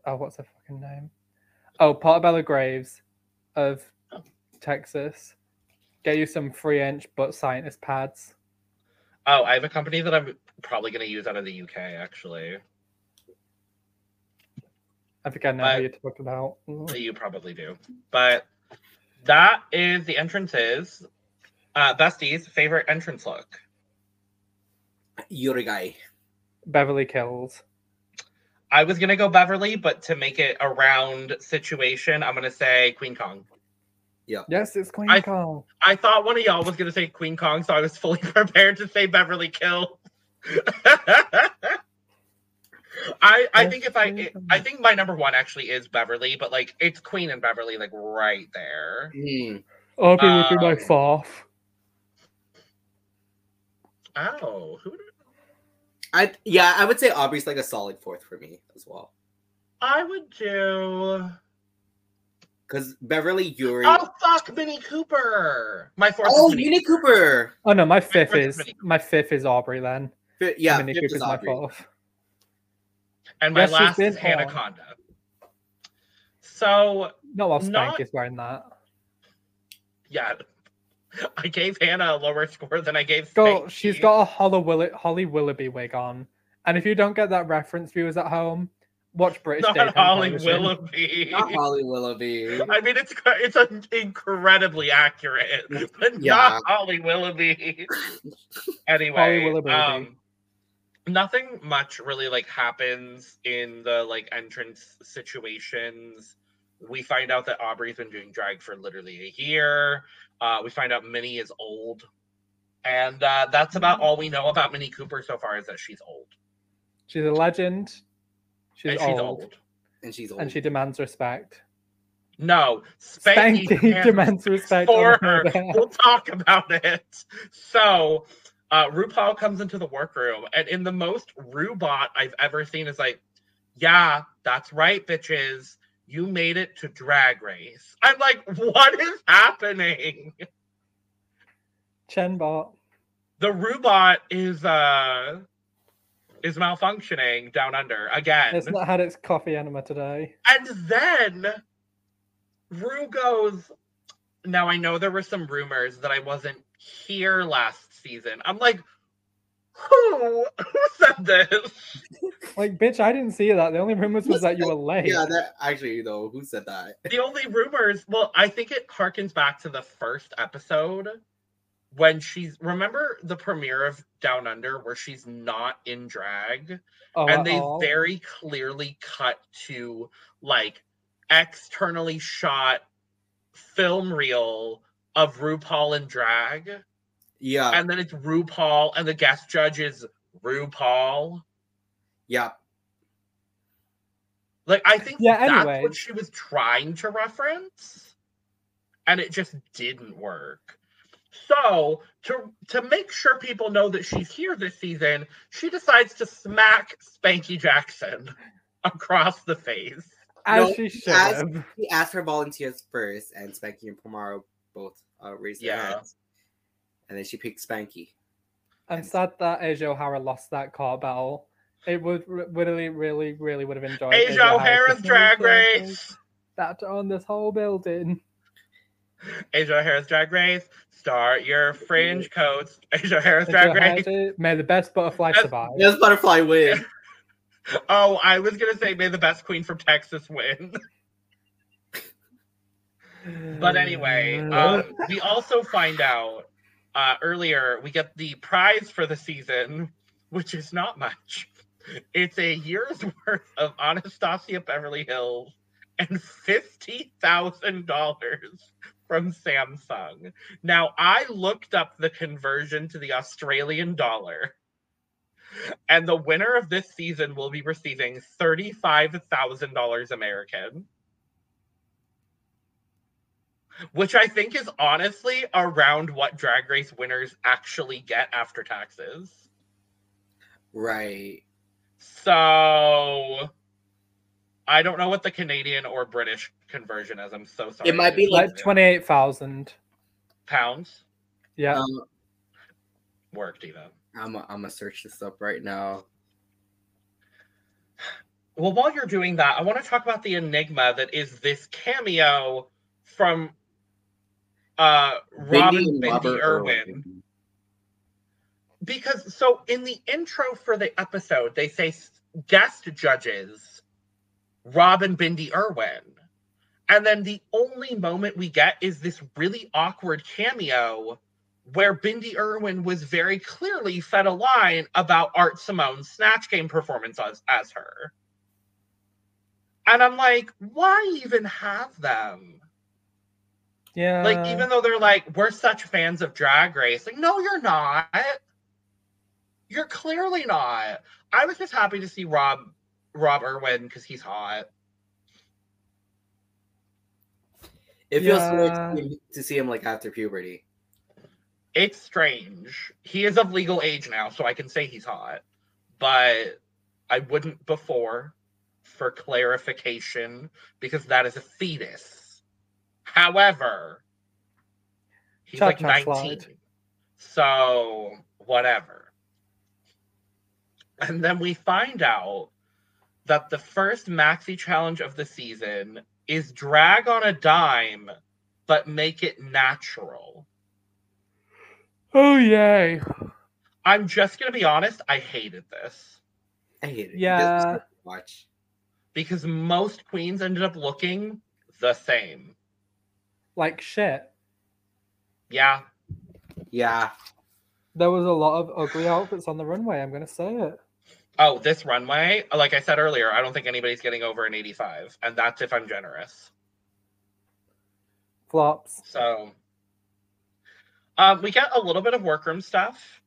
[SPEAKER 1] Oh, what's her fucking name? Oh, Portobello Graves of
[SPEAKER 2] Oh.
[SPEAKER 1] Texas. Get you some three inch butt scientist pads.
[SPEAKER 2] Oh, I have a company that I'm probably going to use out of the UK, actually.
[SPEAKER 1] I think I know
[SPEAKER 2] But-
[SPEAKER 1] who you're talking about. Mm.
[SPEAKER 2] You probably do. But that is the entrances. Uh, Bestie's favorite entrance look.
[SPEAKER 3] Yurigai.
[SPEAKER 1] Beverly Kills.
[SPEAKER 2] I was gonna go Beverly, but to make it a round situation, I'm gonna say Queen Kong.
[SPEAKER 1] Yes, it's Queen
[SPEAKER 2] I-
[SPEAKER 1] Kong.
[SPEAKER 2] I thought one of y'all was gonna say Queen Kong, so I was fully prepared to say Beverly Kill. I I
[SPEAKER 1] Yes,
[SPEAKER 2] think if I
[SPEAKER 1] Queen
[SPEAKER 2] it-
[SPEAKER 1] Kong.
[SPEAKER 2] I think my number one actually is Beverly, but like it's Queen and Beverly like right there.
[SPEAKER 3] Mm.
[SPEAKER 1] I'll be with you my
[SPEAKER 2] Um,
[SPEAKER 1] fourth.
[SPEAKER 2] Oh, who?
[SPEAKER 3] I yeah, I would say Aubrey's like a solid fourth for me as well.
[SPEAKER 2] I would do.
[SPEAKER 3] Because Beverly Yuri.
[SPEAKER 2] Oh fuck, Minnie Cooper. My fourth. is
[SPEAKER 3] Oh,
[SPEAKER 2] Minnie
[SPEAKER 3] Minnie Cooper.
[SPEAKER 1] Oh no, my fifth
[SPEAKER 2] first
[SPEAKER 1] is
[SPEAKER 2] Minnie Cooper.
[SPEAKER 1] my fifth is Aubrey then.
[SPEAKER 3] Fi- Yeah,
[SPEAKER 1] Minnie
[SPEAKER 3] fifth
[SPEAKER 1] Cooper's
[SPEAKER 3] is
[SPEAKER 1] my
[SPEAKER 3] Aubrey.
[SPEAKER 1] fourth.
[SPEAKER 2] And my
[SPEAKER 1] Yes, she's
[SPEAKER 2] last
[SPEAKER 1] been
[SPEAKER 2] is Hannah
[SPEAKER 1] on.
[SPEAKER 2] Conda. So
[SPEAKER 1] No, while Spank
[SPEAKER 2] Not-
[SPEAKER 1] is wearing that.
[SPEAKER 2] yeah, I gave Hannah a lower score than I gave.
[SPEAKER 1] Go,
[SPEAKER 2] Spanky.
[SPEAKER 1] she's got a Hollow Willi- Holly Willoughby wig on. And if you don't get that reference, viewers at home, watch British
[SPEAKER 2] not
[SPEAKER 1] daytime
[SPEAKER 2] Holly
[SPEAKER 1] television.
[SPEAKER 2] Willoughby.
[SPEAKER 3] Not Holly Willoughby.
[SPEAKER 2] I mean, it's it's un- incredibly accurate, but
[SPEAKER 3] Yeah.
[SPEAKER 2] not Holly Willoughby. anyway,
[SPEAKER 1] Holly Willoughby.
[SPEAKER 2] um, nothing much really like happens in the like entrance situations. We find out that Aubrey's been doing drag for literally a year. Uh, we find out Minnie is old, and uh, that's about all we know about Minnie Cooper so far is that she's old.
[SPEAKER 1] She's a legend. She's, old,
[SPEAKER 2] and she's old.
[SPEAKER 3] and she's old.
[SPEAKER 1] and she demands respect.
[SPEAKER 2] No, Spanky,
[SPEAKER 1] Spanky demands respect
[SPEAKER 2] for
[SPEAKER 1] on her
[SPEAKER 2] her.
[SPEAKER 1] behalf.
[SPEAKER 2] We'll talk about it. So, uh, RuPaul comes into the workroom, and in the most Rubot I've ever seen, is like, "Yeah, that's right, bitches. You made it to Drag Race." I'm like, "What is happening?"
[SPEAKER 1] Chenbot.
[SPEAKER 2] The Rubot is uh is malfunctioning down under again.
[SPEAKER 1] It's not had its coffee enema today.
[SPEAKER 2] And then Rue goes, Now I know there were some rumors that I wasn't here last season. I'm like, Who, who said this?
[SPEAKER 1] Like, bitch, I didn't see that. The only rumors was that you were late.
[SPEAKER 3] yeah, that actually though, who said that?
[SPEAKER 2] The only rumors, well, I think it harkens back to the first episode when she's remember the premiere of Down Under where she's not in drag.
[SPEAKER 1] oh,
[SPEAKER 2] and
[SPEAKER 1] at
[SPEAKER 2] they
[SPEAKER 1] all.
[SPEAKER 2] very clearly cut to like externally shot film reel of RuPaul in drag,
[SPEAKER 3] Yeah,
[SPEAKER 2] and then it's RuPaul, and the guest judge is RuPaul.
[SPEAKER 3] yeah.
[SPEAKER 2] Like I think
[SPEAKER 1] Yeah,
[SPEAKER 2] that's
[SPEAKER 1] anyway.
[SPEAKER 2] what she was trying to reference, and it just didn't work. So to to make sure people know that she's here this season, she decides to smack Spanky Jackson across the face.
[SPEAKER 1] as
[SPEAKER 3] No,
[SPEAKER 1] she should
[SPEAKER 3] as-
[SPEAKER 1] have.
[SPEAKER 3] He asked for volunteers first, and Spanky and Pomaro both uh, raised their
[SPEAKER 2] Yeah.
[SPEAKER 3] hands, and then she picked Spanky.
[SPEAKER 1] I'm sad that Asia O'Hara lost that car battle. It would r- really, really, really would have enjoyed
[SPEAKER 2] Asia O'Hara's
[SPEAKER 1] O'Hara's
[SPEAKER 2] Drag
[SPEAKER 1] performance.
[SPEAKER 2] Race.
[SPEAKER 1] That on this whole building.
[SPEAKER 2] Asia O'Hara's Drag Race. Start your fringe coats. Asia O'Hara's
[SPEAKER 1] If
[SPEAKER 2] Drag
[SPEAKER 1] you had
[SPEAKER 2] Race.
[SPEAKER 1] it, May the best butterfly
[SPEAKER 2] That's-
[SPEAKER 1] survive.
[SPEAKER 3] Yes, butterfly win.
[SPEAKER 2] Oh, I was gonna say may the best queen from Texas win. But anyway, um, we also find out uh, earlier we get the prize for the season, which is not much. It's a year's worth of Anastasia Beverly Hills and fifty thousand dollars from Samsung. Now I looked up the conversion to the Australian dollar. And the winner of this season will be receiving $35,000 American which I think is honestly around what Drag Race winners actually get after taxes.
[SPEAKER 3] Right.
[SPEAKER 2] So I don't know what the Canadian or British conversion is. I'm so sorry.
[SPEAKER 3] It might be
[SPEAKER 1] like twenty-eight thousand.
[SPEAKER 2] pounds
[SPEAKER 1] Yeah,
[SPEAKER 3] Um,
[SPEAKER 2] worked even.
[SPEAKER 3] I'm i I'm gonna search this up right now.
[SPEAKER 2] Well, while you're doing that, I want to talk about the enigma that is this cameo from uh
[SPEAKER 3] Bindi
[SPEAKER 2] Robin
[SPEAKER 3] and
[SPEAKER 2] Bindi
[SPEAKER 3] Robert
[SPEAKER 2] Irwin. because so in the intro for the episode they say s- guest judges robin bindi irwin and then the only moment we get is this really awkward cameo where bindi irwin was very clearly fed a line about art simone's snatch game performance as, as her and i'm like why even have them
[SPEAKER 1] yeah.
[SPEAKER 2] like even though they're like we're such fans of drag race like no you're not you're clearly not i was just happy to see rob rob irwin because he's hot
[SPEAKER 3] It feels
[SPEAKER 1] Yeah.
[SPEAKER 3] weird to see, him, to see him like after puberty.
[SPEAKER 2] it's strange he is of legal age now so i can say he's hot but i wouldn't before for clarification because that is a fetus however he's like
[SPEAKER 1] Cha-cha
[SPEAKER 2] 19
[SPEAKER 1] slide.
[SPEAKER 2] so whatever and then we find out that the first maxi challenge of the season is drag on a dime but make it natural
[SPEAKER 1] oh yay!
[SPEAKER 2] I'm just gonna be honest, I hated this
[SPEAKER 3] I hate it.
[SPEAKER 1] Yeah.
[SPEAKER 3] Just watch.
[SPEAKER 2] because most queens ended up looking the same.
[SPEAKER 1] Like shit.
[SPEAKER 2] Yeah,
[SPEAKER 3] Yeah.
[SPEAKER 1] There was a lot of ugly outfits on the runway. I'm gonna say it.
[SPEAKER 2] Oh, this runway, like I said earlier, I don't think anybody's getting over an 85, and that's if I'm generous.
[SPEAKER 1] Flops.
[SPEAKER 2] So, um, we get a little bit of workroom stuff.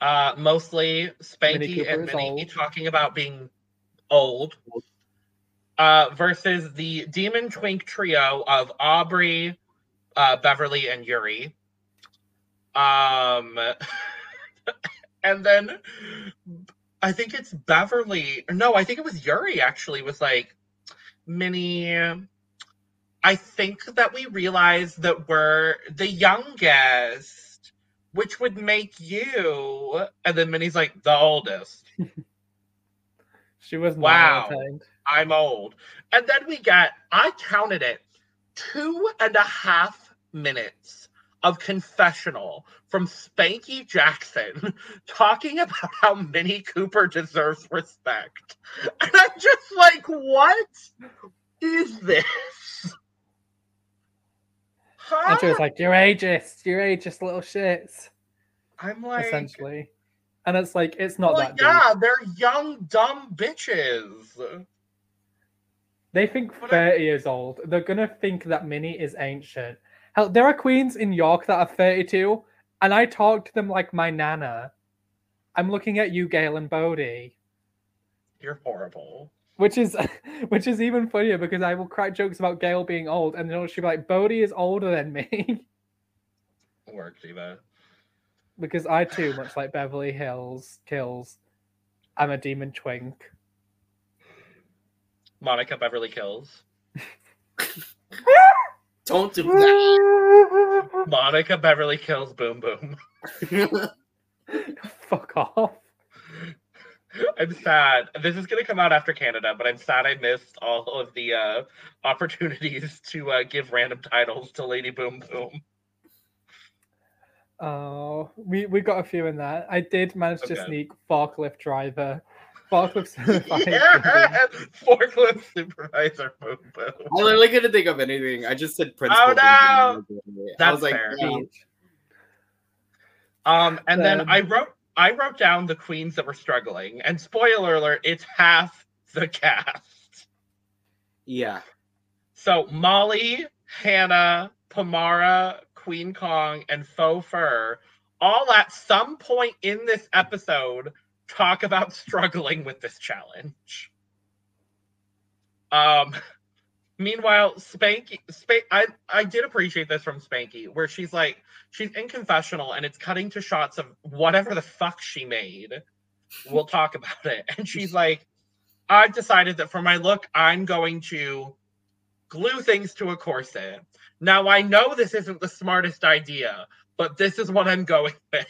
[SPEAKER 2] Uh, mostly
[SPEAKER 1] Mini
[SPEAKER 2] Spanky
[SPEAKER 1] Cooper
[SPEAKER 2] and
[SPEAKER 1] is
[SPEAKER 2] Minnie
[SPEAKER 1] old.
[SPEAKER 2] talking about being old. Uh, versus the Demon Twink trio of Aubrey, uh, Beverly, and Yuri. Um, and then I think it's Beverly. No, I think it was Yuri actually was like Minnie. I think that we realize that we're the youngest, which would make you. And then Minnie's like the oldest.
[SPEAKER 1] She was not
[SPEAKER 2] Wow.
[SPEAKER 1] entertained.
[SPEAKER 2] I'm old. And then we get, I counted it, two and a half minutes of confessional from Spanky Jackson talking about how Minnie Cooper deserves respect. And I'm just like, what is this? Huh?
[SPEAKER 1] And she was like, "You're ageist. You're ageist, little shits."
[SPEAKER 2] I'm like, Oh
[SPEAKER 1] essentially, and it's like it's not
[SPEAKER 2] well,
[SPEAKER 1] that. deep.
[SPEAKER 2] yeah, they're young, dumb bitches.
[SPEAKER 1] They think
[SPEAKER 2] But I-
[SPEAKER 1] 30 years old. They're going to think that Minnie is ancient. Hell, there are queens in York that are 32, and I talk to them like my nana. I'm looking at you, Gail and Bodie,
[SPEAKER 2] You're horrible.
[SPEAKER 1] which is which is even funnier because I will crack jokes about Gail being old, and then she'll be like, Bodie is older than me.
[SPEAKER 2] Work, Diva.
[SPEAKER 1] because I too, much like Beverly Hills Kills, I'm a demon twink.
[SPEAKER 2] Monica Beverly Kills.
[SPEAKER 3] Don't do
[SPEAKER 2] Monica Beverly Kills Boom Boom.
[SPEAKER 3] that.
[SPEAKER 1] Fuck off.
[SPEAKER 2] I'm sad. This is gonna come out after Canada, but I'm sad I missed all of the uh, opportunities to uh, give random titles to Lady Boom Boom.
[SPEAKER 1] Oh, we, we got a few in that. I did manage to
[SPEAKER 2] Okay.
[SPEAKER 1] sneak forklift driver. Forklift certified.
[SPEAKER 2] yeah, forklift supervisor Boom Boom.
[SPEAKER 3] I literally couldn't think of anything. I just said principal.
[SPEAKER 2] Oh, no!
[SPEAKER 3] I
[SPEAKER 2] That's
[SPEAKER 3] was like,
[SPEAKER 2] fair.
[SPEAKER 3] yeah.
[SPEAKER 1] Beach.
[SPEAKER 2] Um, and then
[SPEAKER 1] Um,
[SPEAKER 2] I wrote I wrote down the queens that were struggling, and spoiler alert, it's half the cast.
[SPEAKER 3] yeah.
[SPEAKER 2] So Molly, Hannah, Pamara, Queen Kong, and Faux Fur all at some point in this episode talk about struggling with this challenge. Um meanwhile, Spanky Spank I, I did appreciate this from Spanky, where she's like, she's in confessional and it's cutting to shots of whatever the fuck she made. We'll talk about it. And she's like, I've decided that for my look, I'm going to glue things to a corset. Now I know this isn't the smartest idea, but this is what I'm going with.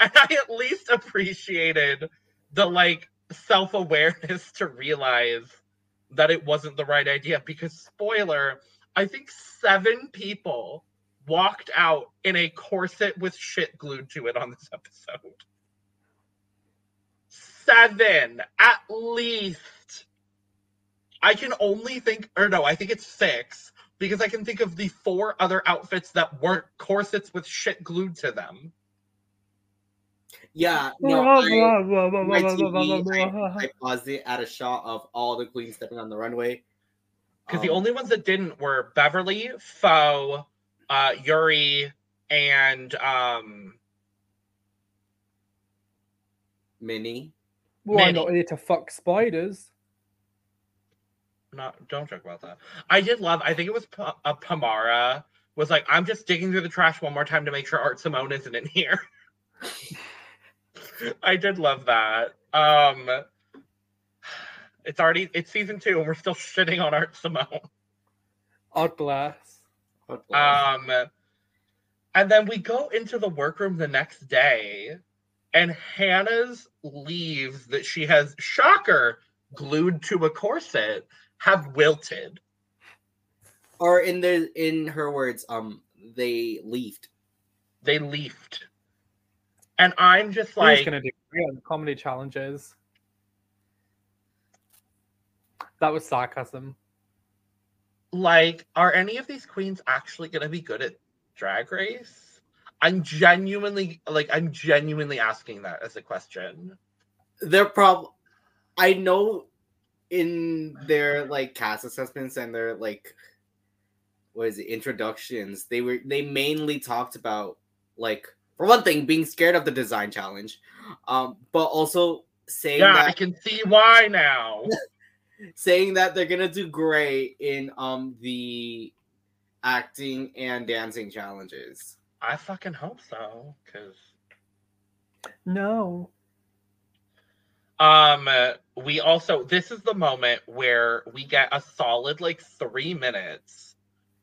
[SPEAKER 2] and I at least appreciated the like self-awareness to realize that it wasn't the right idea because spoiler, I think 7 people walked out in a corset with shit glued to it on this episode. 7 at least. I can only think, or no, I think it's six because I can think of the four other outfits that weren't corsets with shit glued to them.
[SPEAKER 3] Yeah. No, I, my TV, I paused it at a shot of all the queens stepping on the runway.
[SPEAKER 2] Because the
[SPEAKER 3] Um,
[SPEAKER 2] only ones that didn't were Beverly, Foe, uh, Yuri, and um,
[SPEAKER 3] Minnie.
[SPEAKER 1] Well, I'm
[SPEAKER 2] Minnie.
[SPEAKER 1] not here to fuck spiders.
[SPEAKER 2] not don't joke about that. I did love. I think it was P- uh, Pamara was like, I'm just digging through the trash one more time to make sure Art Simone isn't in here. I did love that. Um, it's already it's season two and we're still shitting on Art Simone.
[SPEAKER 1] God bless.
[SPEAKER 3] What the-
[SPEAKER 2] Um, and then we go into the workroom the next day, and Hannah's leaves that she has, shocker, glued to a corset, have wilted.
[SPEAKER 3] or in the in her words, um, they leafed.
[SPEAKER 2] they leafed. And I'm just
[SPEAKER 1] Who's
[SPEAKER 2] like,
[SPEAKER 1] gonna do real comedy challenges? That was sarcasm.
[SPEAKER 2] like, are any of these queens actually gonna be good at drag race? I'm genuinely like I'm genuinely asking that as a question.
[SPEAKER 3] they're prob I know in their like cast assessments and their like what is it introductions they were they mainly talked about like for one thing being scared of the design challenge um but also saying
[SPEAKER 2] yeah, I
[SPEAKER 3] that
[SPEAKER 2] can see why now.
[SPEAKER 3] saying that they're gonna do great in um the acting and dancing challenges
[SPEAKER 2] I fucking hope so, because
[SPEAKER 1] No.
[SPEAKER 2] um, uh, we also this is the moment where we get a solid like three minutes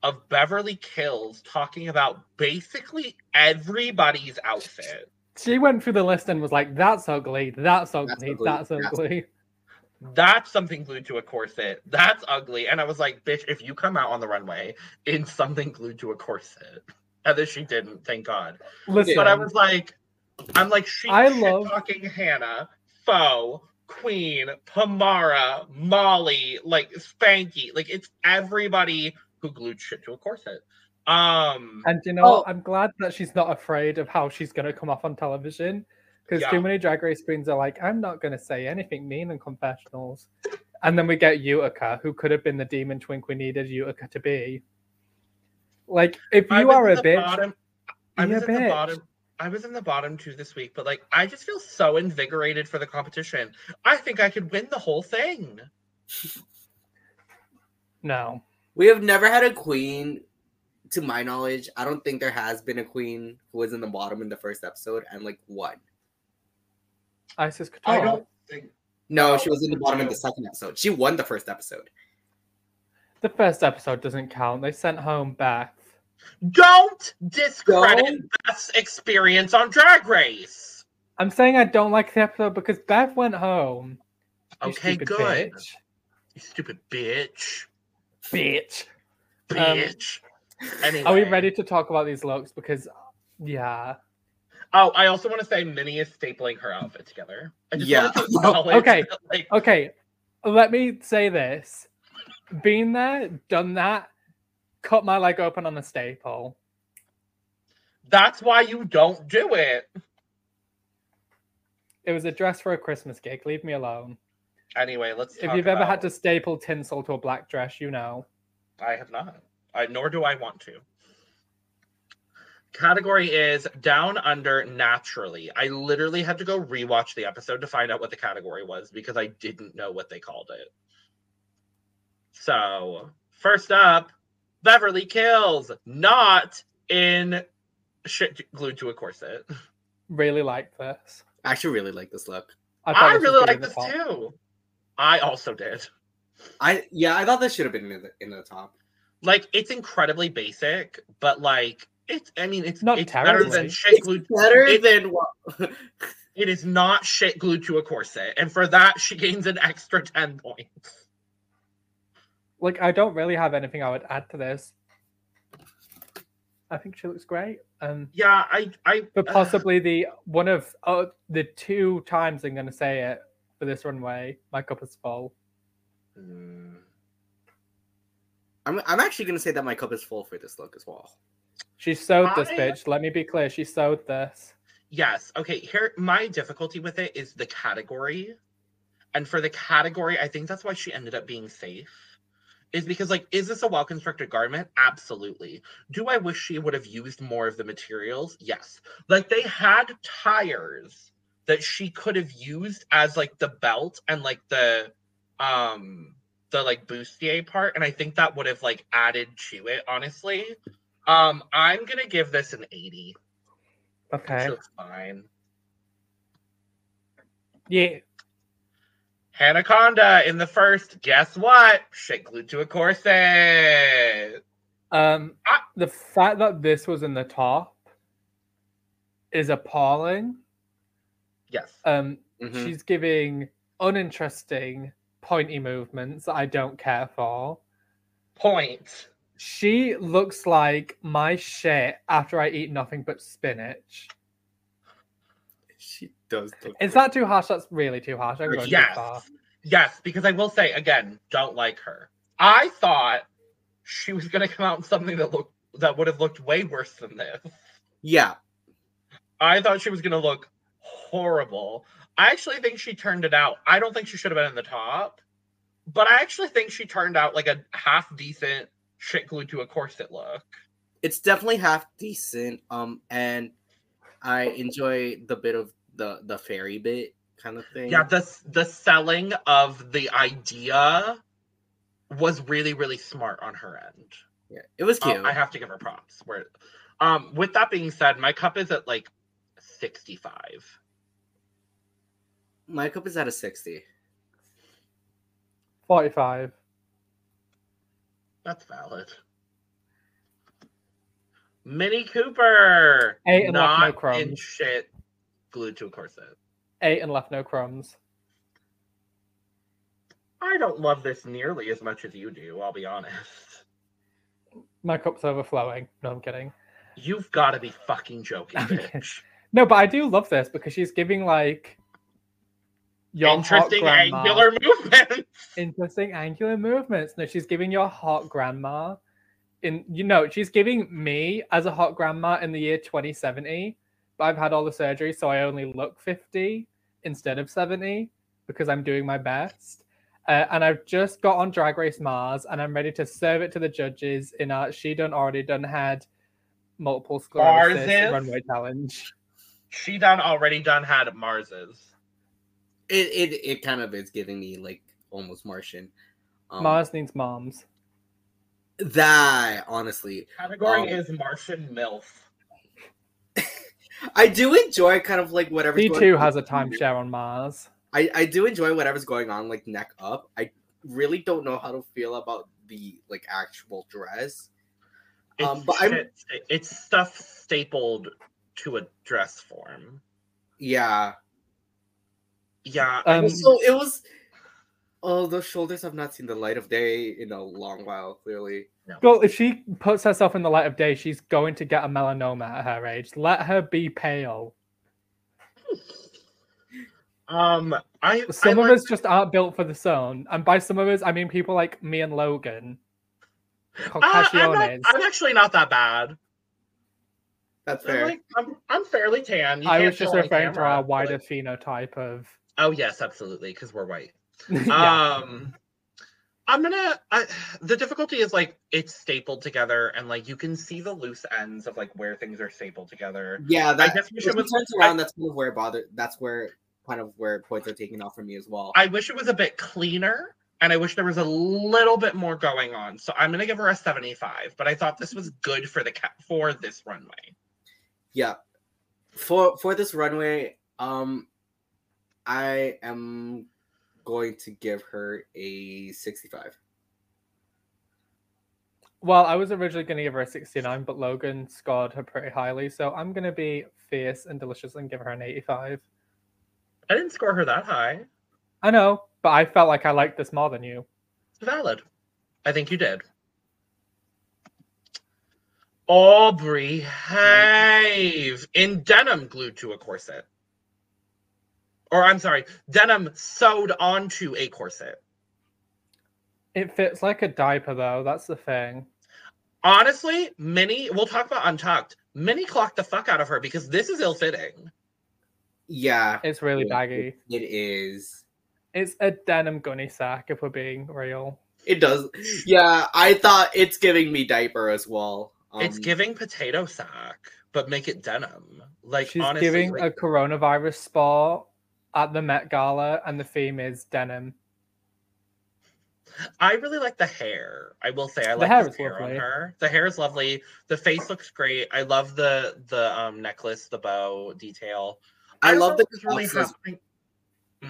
[SPEAKER 2] of Beverly Kills talking about basically everybody's outfit.
[SPEAKER 1] She went through the list and was like, that's ugly, that's ugly, that's ugly.
[SPEAKER 3] ugly, that's-
[SPEAKER 2] That's something glued to a corset. That's ugly. And I was like, bitch, if you come out on the runway in something glued to a corset, and then she didn't, thank God.
[SPEAKER 1] Listen,
[SPEAKER 2] But I was like, I'm like, she
[SPEAKER 1] I
[SPEAKER 2] I
[SPEAKER 1] love-
[SPEAKER 2] love talking Hannah, Foe, Queen, Pamara, Molly, like Spanky. Like it's everybody who glued shit to a corset. Um
[SPEAKER 1] and you know,
[SPEAKER 3] Oh.
[SPEAKER 1] I'm glad that she's not afraid of how she's going to come off on television because
[SPEAKER 2] Yeah.
[SPEAKER 1] too many drag race queens are like, I'm not going to say anything mean in confessionals. And then we get Utica, who could have been the demon twink we needed Utica to be. Like, if
[SPEAKER 2] I
[SPEAKER 1] you
[SPEAKER 2] was
[SPEAKER 1] are
[SPEAKER 2] in
[SPEAKER 1] a
[SPEAKER 2] the
[SPEAKER 1] bitch,
[SPEAKER 2] bottom- I
[SPEAKER 1] be a
[SPEAKER 2] was in the
[SPEAKER 1] bitch.
[SPEAKER 2] bottom. I was in the bottom two this week, but like I just feel so invigorated for the competition. I think I could win the whole thing.
[SPEAKER 1] no.
[SPEAKER 3] we have never had a queen to my knowledge i don't think there has been a queen who was in the bottom in the first episode and like won
[SPEAKER 1] Isis
[SPEAKER 2] I
[SPEAKER 1] Couture.
[SPEAKER 2] don't think
[SPEAKER 3] no she was in the bottom in the second episode she won the first episode
[SPEAKER 1] The first episode doesn't count. They sent home Beth.
[SPEAKER 2] don't discredit
[SPEAKER 3] Don't.
[SPEAKER 2] Beth's experience on Drag Race.
[SPEAKER 1] I'm saying I don't like the episode because Beth went home. you
[SPEAKER 2] Okay,
[SPEAKER 1] stupid
[SPEAKER 2] good.
[SPEAKER 1] Bitch.
[SPEAKER 2] You stupid bitch.
[SPEAKER 1] bitch. Um,
[SPEAKER 2] Bitch. anyway.
[SPEAKER 1] Are we ready to talk about these looks? Because, yeah.
[SPEAKER 2] Oh, I also want to say Minnie is stapling her outfit together. I just
[SPEAKER 3] Yeah.
[SPEAKER 2] wanted to acknowledge
[SPEAKER 1] Okay.
[SPEAKER 2] that, like,
[SPEAKER 1] Okay, let me say this. Been there, done that, cut my leg open on a staple.
[SPEAKER 2] that's why you don't do it.
[SPEAKER 1] It was a dress for a Christmas gig. Leave me alone.
[SPEAKER 2] Anyway, let's.
[SPEAKER 1] if
[SPEAKER 2] talk
[SPEAKER 1] you've ever
[SPEAKER 2] about-
[SPEAKER 1] had to staple tinsel to a black dress, you know.
[SPEAKER 2] I have not. I, nor do I want to. Category is Down Under Naturally. I literally had to go rewatch the episode to find out what the category was because I didn't know what they called it. So, first up, Beverly Kills, not in shit glued to a corset.
[SPEAKER 1] Really like this.
[SPEAKER 3] i actually really like this look
[SPEAKER 1] thought
[SPEAKER 2] I
[SPEAKER 1] this was
[SPEAKER 2] really
[SPEAKER 1] gonna
[SPEAKER 2] like
[SPEAKER 1] be the
[SPEAKER 2] this
[SPEAKER 1] top.
[SPEAKER 2] too. I also did.
[SPEAKER 3] i yeah i thought this should have been in the, in the top
[SPEAKER 2] Like, it's incredibly basic, but like, it's, I mean, it's,
[SPEAKER 1] Not
[SPEAKER 2] it's better
[SPEAKER 1] terribly.
[SPEAKER 2] than shit
[SPEAKER 3] it's
[SPEAKER 2] glued
[SPEAKER 3] better
[SPEAKER 2] it-
[SPEAKER 3] than what
[SPEAKER 2] It is not shit glued to a corset, and for that she gains an extra ten points.
[SPEAKER 1] Like, I don't really have anything I would add to this. I think she looks great. Um,
[SPEAKER 2] Yeah, I, I.
[SPEAKER 1] but possibly the one of uh, the two times I'm going to say it for this runway, my cup is full.
[SPEAKER 2] Mm,
[SPEAKER 3] I'm, I'm actually gonna say that my cup is full for this look as well
[SPEAKER 1] She sewed this
[SPEAKER 2] I-
[SPEAKER 1] bitch. Let me be clear. She sewed this.
[SPEAKER 2] yes. Okay. Here, my difficulty with it is the category, and for the category, I think that's why she ended up being safe. Is because like, is this a well constructed garment? Absolutely. Do I wish she would have used more of the materials? Yes. Like they had tires that she could have used as like the belt and like the um the like bustier part and i think that would have like added to it honestly um i'm gonna give this an 80
[SPEAKER 1] Okay.
[SPEAKER 2] She looks fine
[SPEAKER 1] Yeah.
[SPEAKER 2] hannah conda in the first guess what shit glued to a corset
[SPEAKER 1] Um,
[SPEAKER 2] Ah.
[SPEAKER 1] the fact that this was in the top is appalling.
[SPEAKER 2] yes
[SPEAKER 1] Um,
[SPEAKER 3] Mhm.
[SPEAKER 1] she's giving uninteresting, pointy movements that I don't care for.
[SPEAKER 2] point
[SPEAKER 1] She looks like my shit after I eat nothing but spinach.
[SPEAKER 3] she does look
[SPEAKER 1] Is that too harsh? That's really too harsh. I'm going too far.
[SPEAKER 2] Yes. Yes, because I will say again, don't like her. I thought she was gonna come out in something that looked that would have looked way worse than this.
[SPEAKER 3] yeah
[SPEAKER 2] I thought she was gonna look horrible. I actually think she turned it out. I don't think she should have been in the top, but I actually think she turned out like a half decent shit glued to a corset look.
[SPEAKER 3] It's definitely half decent. Um, and I enjoy the bit of the the fairy bit kind of thing.
[SPEAKER 2] Yeah, the the selling of the idea was really really smart on her end.
[SPEAKER 3] Yeah, it was cute.
[SPEAKER 2] Um, I have to give her props. Where, um, with that being said, my cup is at like sixty five.
[SPEAKER 3] My cup is at a sixty.
[SPEAKER 1] 45.
[SPEAKER 2] That's valid. Minnie Cooper,
[SPEAKER 1] Eight and left, no
[SPEAKER 2] not
[SPEAKER 1] crumbs.
[SPEAKER 2] in shit, glued to a corset.
[SPEAKER 1] Eight and left no crumbs.
[SPEAKER 2] I don't love this nearly as much as you do. I'll be honest.
[SPEAKER 1] My cup's overflowing. No, I'm kidding.
[SPEAKER 2] You've got to be fucking joking,
[SPEAKER 1] I'm
[SPEAKER 2] bitch.
[SPEAKER 1] No, but I do love this because she's giving like your hot
[SPEAKER 2] Interesting
[SPEAKER 1] grandma
[SPEAKER 2] angular movement.
[SPEAKER 1] interesting angular movements. No, she's giving your hot grandma. In you know, she's giving me as a hot grandma in the year 2070. But I've had all the surgery, so I only look 50 instead of 70 because I'm doing my best. Uh, and I've just got on Drag Race Mars, and I'm ready to serve it to the judges in our she done already done had multiple sclerosis
[SPEAKER 2] Barzis.
[SPEAKER 1] runway challenge.
[SPEAKER 2] She done already done had Mars's.
[SPEAKER 3] It it it kind of is giving me like almost Martian. Um,
[SPEAKER 1] Mars needs moms.
[SPEAKER 3] That honestly,
[SPEAKER 2] Category
[SPEAKER 3] Um,
[SPEAKER 2] is Martian MILF.
[SPEAKER 3] I do enjoy kind of like whatever.
[SPEAKER 1] He too has a timeshare on Mars.
[SPEAKER 3] I, I do enjoy whatever's going on like neck up. I really don't know how to feel about the like actual dress.
[SPEAKER 2] It's,
[SPEAKER 3] um, but I'm-
[SPEAKER 2] shit- it's stuff stapled to a dress form.
[SPEAKER 3] Yeah.
[SPEAKER 2] Yeah,
[SPEAKER 1] Um,
[SPEAKER 3] so it was oh those shoulders have not seen the light of day in a long while, clearly.
[SPEAKER 1] Well, if she puts herself in the light of day, she's going to get a melanoma at her age. Let her be pale.
[SPEAKER 2] um, I
[SPEAKER 1] Some
[SPEAKER 2] I
[SPEAKER 1] of
[SPEAKER 2] like-
[SPEAKER 1] us just aren't built for the sun. And by some of us, I mean people like me and Logan.
[SPEAKER 2] Uh, I'm, not-
[SPEAKER 1] Caucasiones.
[SPEAKER 2] I'm actually not that bad.
[SPEAKER 3] That's
[SPEAKER 2] I'm,
[SPEAKER 3] fair.
[SPEAKER 2] like, I'm, I'm fairly tan. You
[SPEAKER 1] I
[SPEAKER 2] can't
[SPEAKER 1] was just
[SPEAKER 2] tell on
[SPEAKER 1] referring to
[SPEAKER 2] camera,
[SPEAKER 1] our
[SPEAKER 2] but-
[SPEAKER 1] wider phenotype of.
[SPEAKER 2] Oh yes, absolutely, because we're white.
[SPEAKER 1] Yeah.
[SPEAKER 2] Um, I'm gonna. I, the difficulty is like it's stapled together, and like you can see the loose ends of like where things are stapled together.
[SPEAKER 3] yeah,
[SPEAKER 2] My
[SPEAKER 3] that
[SPEAKER 2] definition
[SPEAKER 3] when it
[SPEAKER 2] was
[SPEAKER 3] turns around, that's kind of where it bothered that's where kind of where points are taken off for me as well.
[SPEAKER 2] I wish it was a bit cleaner, and I wish there was a little bit more going on. So I'm gonna give her a 75. But I thought this was good for the cat for this runway.
[SPEAKER 3] yeah. For for this runway, um I am going to give her a sixty-five.
[SPEAKER 1] Well, I was originally going to give her a 69, but Logan scored her pretty highly. So I'm going to be fierce and delicious and give her an 85.
[SPEAKER 2] I didn't score her that high.
[SPEAKER 1] I know, but I felt like I liked this more than you.
[SPEAKER 2] Valid. I think you did. Aubrey Have in denim glued to a corset. Or I'm sorry, denim sewed onto a corset.
[SPEAKER 1] It fits like a diaper, though. That's the thing.
[SPEAKER 2] Honestly, Minnie, we'll talk about Untucked. Minnie clocked the fuck out of her because this is ill fitting.
[SPEAKER 3] Yeah.
[SPEAKER 1] It's really
[SPEAKER 3] Yeah,
[SPEAKER 1] baggy.
[SPEAKER 3] It is.
[SPEAKER 1] It's a denim gunny sack, if we're being real.
[SPEAKER 3] It does. Yeah, I thought it's giving me diaper as well. Um,
[SPEAKER 2] it's giving potato sack, but make it denim. Like
[SPEAKER 1] She's
[SPEAKER 2] honestly,
[SPEAKER 1] giving
[SPEAKER 2] like,
[SPEAKER 1] a coronavirus spot at the Met Gala, and the theme is denim.
[SPEAKER 2] I really like the hair. I will say I
[SPEAKER 1] The
[SPEAKER 2] like
[SPEAKER 1] hair
[SPEAKER 2] the
[SPEAKER 1] is
[SPEAKER 2] hair
[SPEAKER 1] lovely.
[SPEAKER 2] on her. The hair is lovely. The face looks great. I love the the um necklace, the bow detail.
[SPEAKER 3] I
[SPEAKER 2] don't
[SPEAKER 3] love
[SPEAKER 2] know
[SPEAKER 3] the
[SPEAKER 2] if it's really
[SPEAKER 3] cuffs as-
[SPEAKER 2] happening.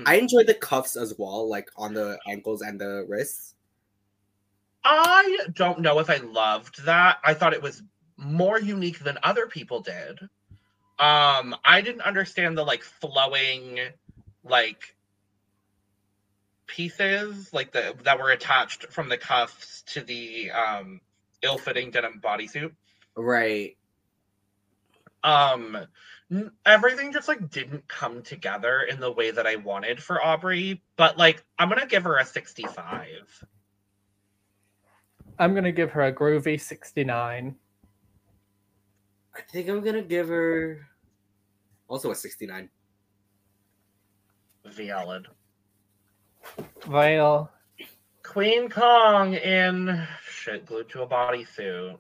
[SPEAKER 3] I enjoy the cuffs as well, like on the ankles and the wrists.
[SPEAKER 2] I don't know if I loved that. I thought it was more unique than other people did. Um, I didn't understand the like flowing like pieces like the that were attached from the cuffs to the um ill-fitting denim bodysuit.
[SPEAKER 3] Right.
[SPEAKER 2] um n- everything just like didn't come together in the way that i wanted for aubrey but like i'm gonna give her a 65
[SPEAKER 1] I'm gonna give her a groovy 69.
[SPEAKER 3] I think I'm gonna give her also a 69.
[SPEAKER 2] Valid.
[SPEAKER 1] Vinyl.
[SPEAKER 2] Queen Kong in shit glued to a bodysuit.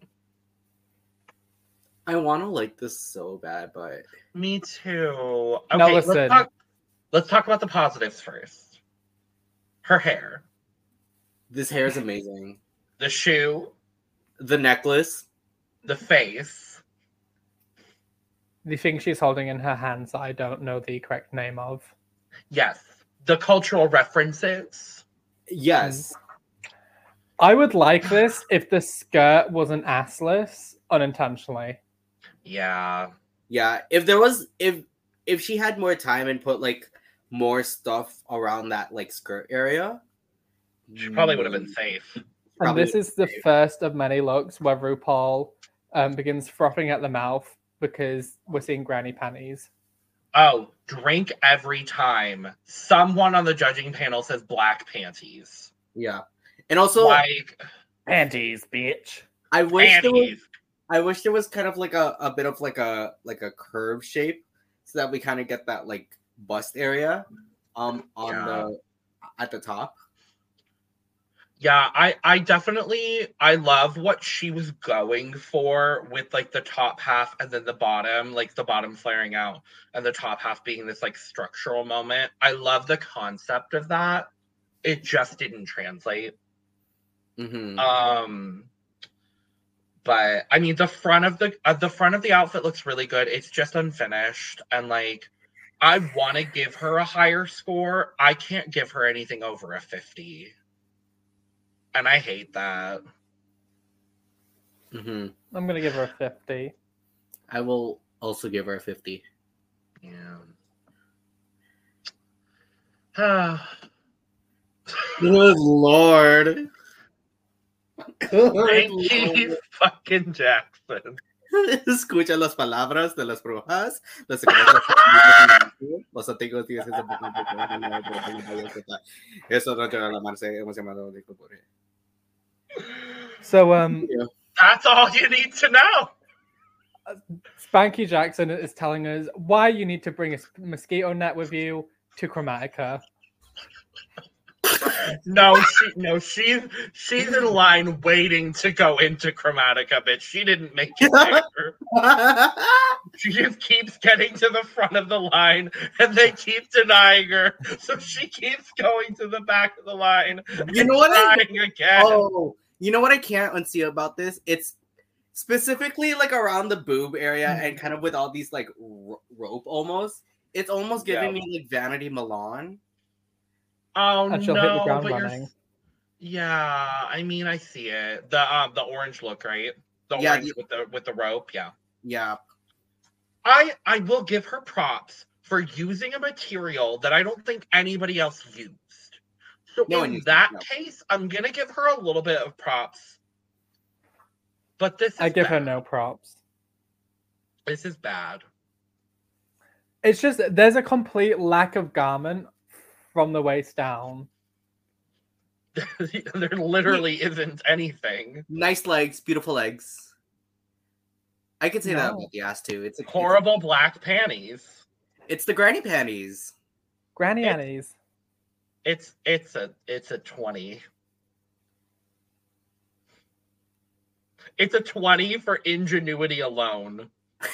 [SPEAKER 3] I want to like this so bad, but
[SPEAKER 2] Me too. Okay,
[SPEAKER 1] Now listen.
[SPEAKER 2] let's talk. Let's talk about the positives first. Her hair,
[SPEAKER 3] this hair is amazing.
[SPEAKER 2] the shoe,
[SPEAKER 3] The necklace,
[SPEAKER 2] the face.
[SPEAKER 1] The thing she's holding in her hands that I don't know the correct name of.
[SPEAKER 2] Yes, the cultural references.
[SPEAKER 3] yes,
[SPEAKER 1] I would like this if the skirt wasn't assless unintentionally.
[SPEAKER 2] Yeah,
[SPEAKER 3] yeah. If there was, if if she had more time and put like more stuff around that like skirt area,
[SPEAKER 2] she probably would have
[SPEAKER 1] Hmm.
[SPEAKER 2] been
[SPEAKER 3] mm,
[SPEAKER 2] safe.
[SPEAKER 1] And
[SPEAKER 3] probably
[SPEAKER 1] this is the
[SPEAKER 3] would've been
[SPEAKER 1] first of many looks where RuPaul um, begins frothing at the mouth because we're seeing granny panties.
[SPEAKER 2] Oh, drink every time. Someone on the judging panel says black panties.
[SPEAKER 3] yeah. And also,
[SPEAKER 2] like
[SPEAKER 1] Panties, bitch.
[SPEAKER 3] I wish there was,
[SPEAKER 2] panties.
[SPEAKER 3] I wish there was kind of like a, a bit of like a like a curve shape so that we kind of get that like bust area um on the at the top.
[SPEAKER 2] Yeah, I I definitely I love what she was going for with like the top half and then the bottom, like the bottom flaring out and the top half being this like structural moment. I love the concept of that. It just didn't translate.
[SPEAKER 3] Mhm.
[SPEAKER 2] Um, but I mean, the front of the uh, the front of the outfit looks really good. It's just unfinished, and like, I want to give her a higher score. I can't give her anything over a fifty, and I hate that.
[SPEAKER 3] Mhm.
[SPEAKER 1] I'm gonna give her a 50.
[SPEAKER 3] I will also give her a fifty.
[SPEAKER 2] Yeah.
[SPEAKER 3] Good lord. Good
[SPEAKER 2] Frankie fucking Jackson.
[SPEAKER 3] Escucha las palabras de las brujas, los secretos de los antiguos dioses de Eso no te va a llamarse, hemos llamado de cultura.
[SPEAKER 1] So um
[SPEAKER 2] That's all you need to know.
[SPEAKER 1] Spanky Jackson is telling us why you need to bring a s- mosquito net with you to Chromatica.
[SPEAKER 2] No, she no, she's she's in line waiting to go into Chromatica, bitch. She didn't make it there. She just keeps getting to the front of the line and they keep denying her. So she keeps going to the back of the line.
[SPEAKER 3] you know what? I
[SPEAKER 2] Trying again.
[SPEAKER 3] Oh, you know what I can't unsee about this? It's specifically like around the boob area
[SPEAKER 2] Mm.
[SPEAKER 3] and kind of with all these like ro- rope almost. It's almost giving
[SPEAKER 2] Yeah.
[SPEAKER 3] me like Vanity Milan.
[SPEAKER 2] Oh
[SPEAKER 1] And she'll hit the
[SPEAKER 2] no,
[SPEAKER 1] ground
[SPEAKER 2] but you're
[SPEAKER 1] running.
[SPEAKER 2] Yeah, I mean I see it. The um the orange look, right? The
[SPEAKER 3] Yeah,
[SPEAKER 2] orange
[SPEAKER 3] the-
[SPEAKER 2] with the with the rope, yeah.
[SPEAKER 3] Yeah.
[SPEAKER 2] I I will give her props for using a material that I don't think anybody else used. So
[SPEAKER 3] No one
[SPEAKER 2] in
[SPEAKER 3] used it,
[SPEAKER 2] that
[SPEAKER 3] no.
[SPEAKER 2] case, I'm gonna give her a little bit of props. But this is
[SPEAKER 1] I give her
[SPEAKER 2] bad.
[SPEAKER 1] no props.
[SPEAKER 2] This is bad.
[SPEAKER 1] It's just there's a complete lack of garment from the waist down.
[SPEAKER 2] there literally isn't anything.
[SPEAKER 3] Nice legs, beautiful legs. I could say that
[SPEAKER 1] No.
[SPEAKER 3] about the ass too. It's a,
[SPEAKER 2] Horrible black panties.
[SPEAKER 3] It's, it's the granny panties.
[SPEAKER 1] Granny
[SPEAKER 2] It's-
[SPEAKER 1] Annie's.
[SPEAKER 2] It's it's a it's a twenty. It's a twenty for ingenuity alone.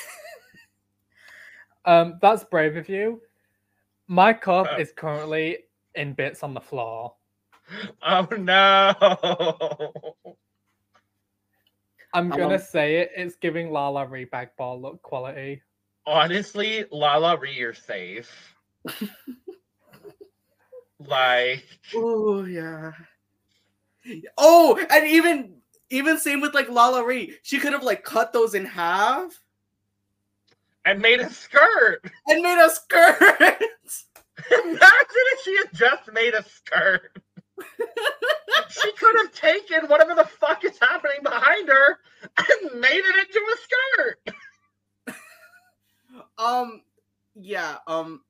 [SPEAKER 1] Um, that's brave of you. My cup
[SPEAKER 2] Uh.
[SPEAKER 1] is currently in bits on the floor.
[SPEAKER 2] Oh no.
[SPEAKER 1] I'm
[SPEAKER 3] I
[SPEAKER 1] gonna
[SPEAKER 3] love-
[SPEAKER 1] say it. It's giving Lala rebag ball look quality.
[SPEAKER 2] Honestly, Lala Ree, you're safe. like,
[SPEAKER 3] Oh yeah. Oh, and even even same with like Lala Ree. She could have like cut those in half
[SPEAKER 2] and made a skirt.
[SPEAKER 3] and made a skirt.
[SPEAKER 2] Imagine if she had just made a skirt. she could have taken whatever the fuck is happening behind her and made it into a skirt.
[SPEAKER 3] Um, yeah, um,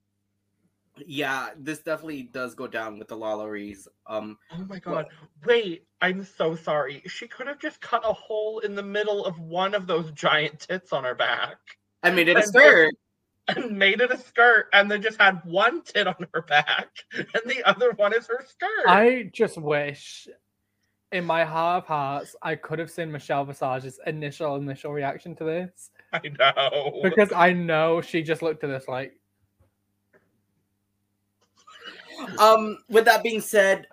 [SPEAKER 3] yeah, this definitely does go down with the Lolleries. Um,
[SPEAKER 2] Oh my god. Wait, I'm so sorry. She could have just cut a hole in the middle of one of those giant tits on her back
[SPEAKER 3] I made it a
[SPEAKER 2] And
[SPEAKER 3] skirt.
[SPEAKER 2] and made it a skirt, and then just had one tit on her back, and the other one is her skirt.
[SPEAKER 1] I just wish, in my heart of hearts, I could have seen Michelle Visage's initial initial reaction to this
[SPEAKER 2] I know.
[SPEAKER 1] because I know she just looked at this like,
[SPEAKER 3] Um, with that being said,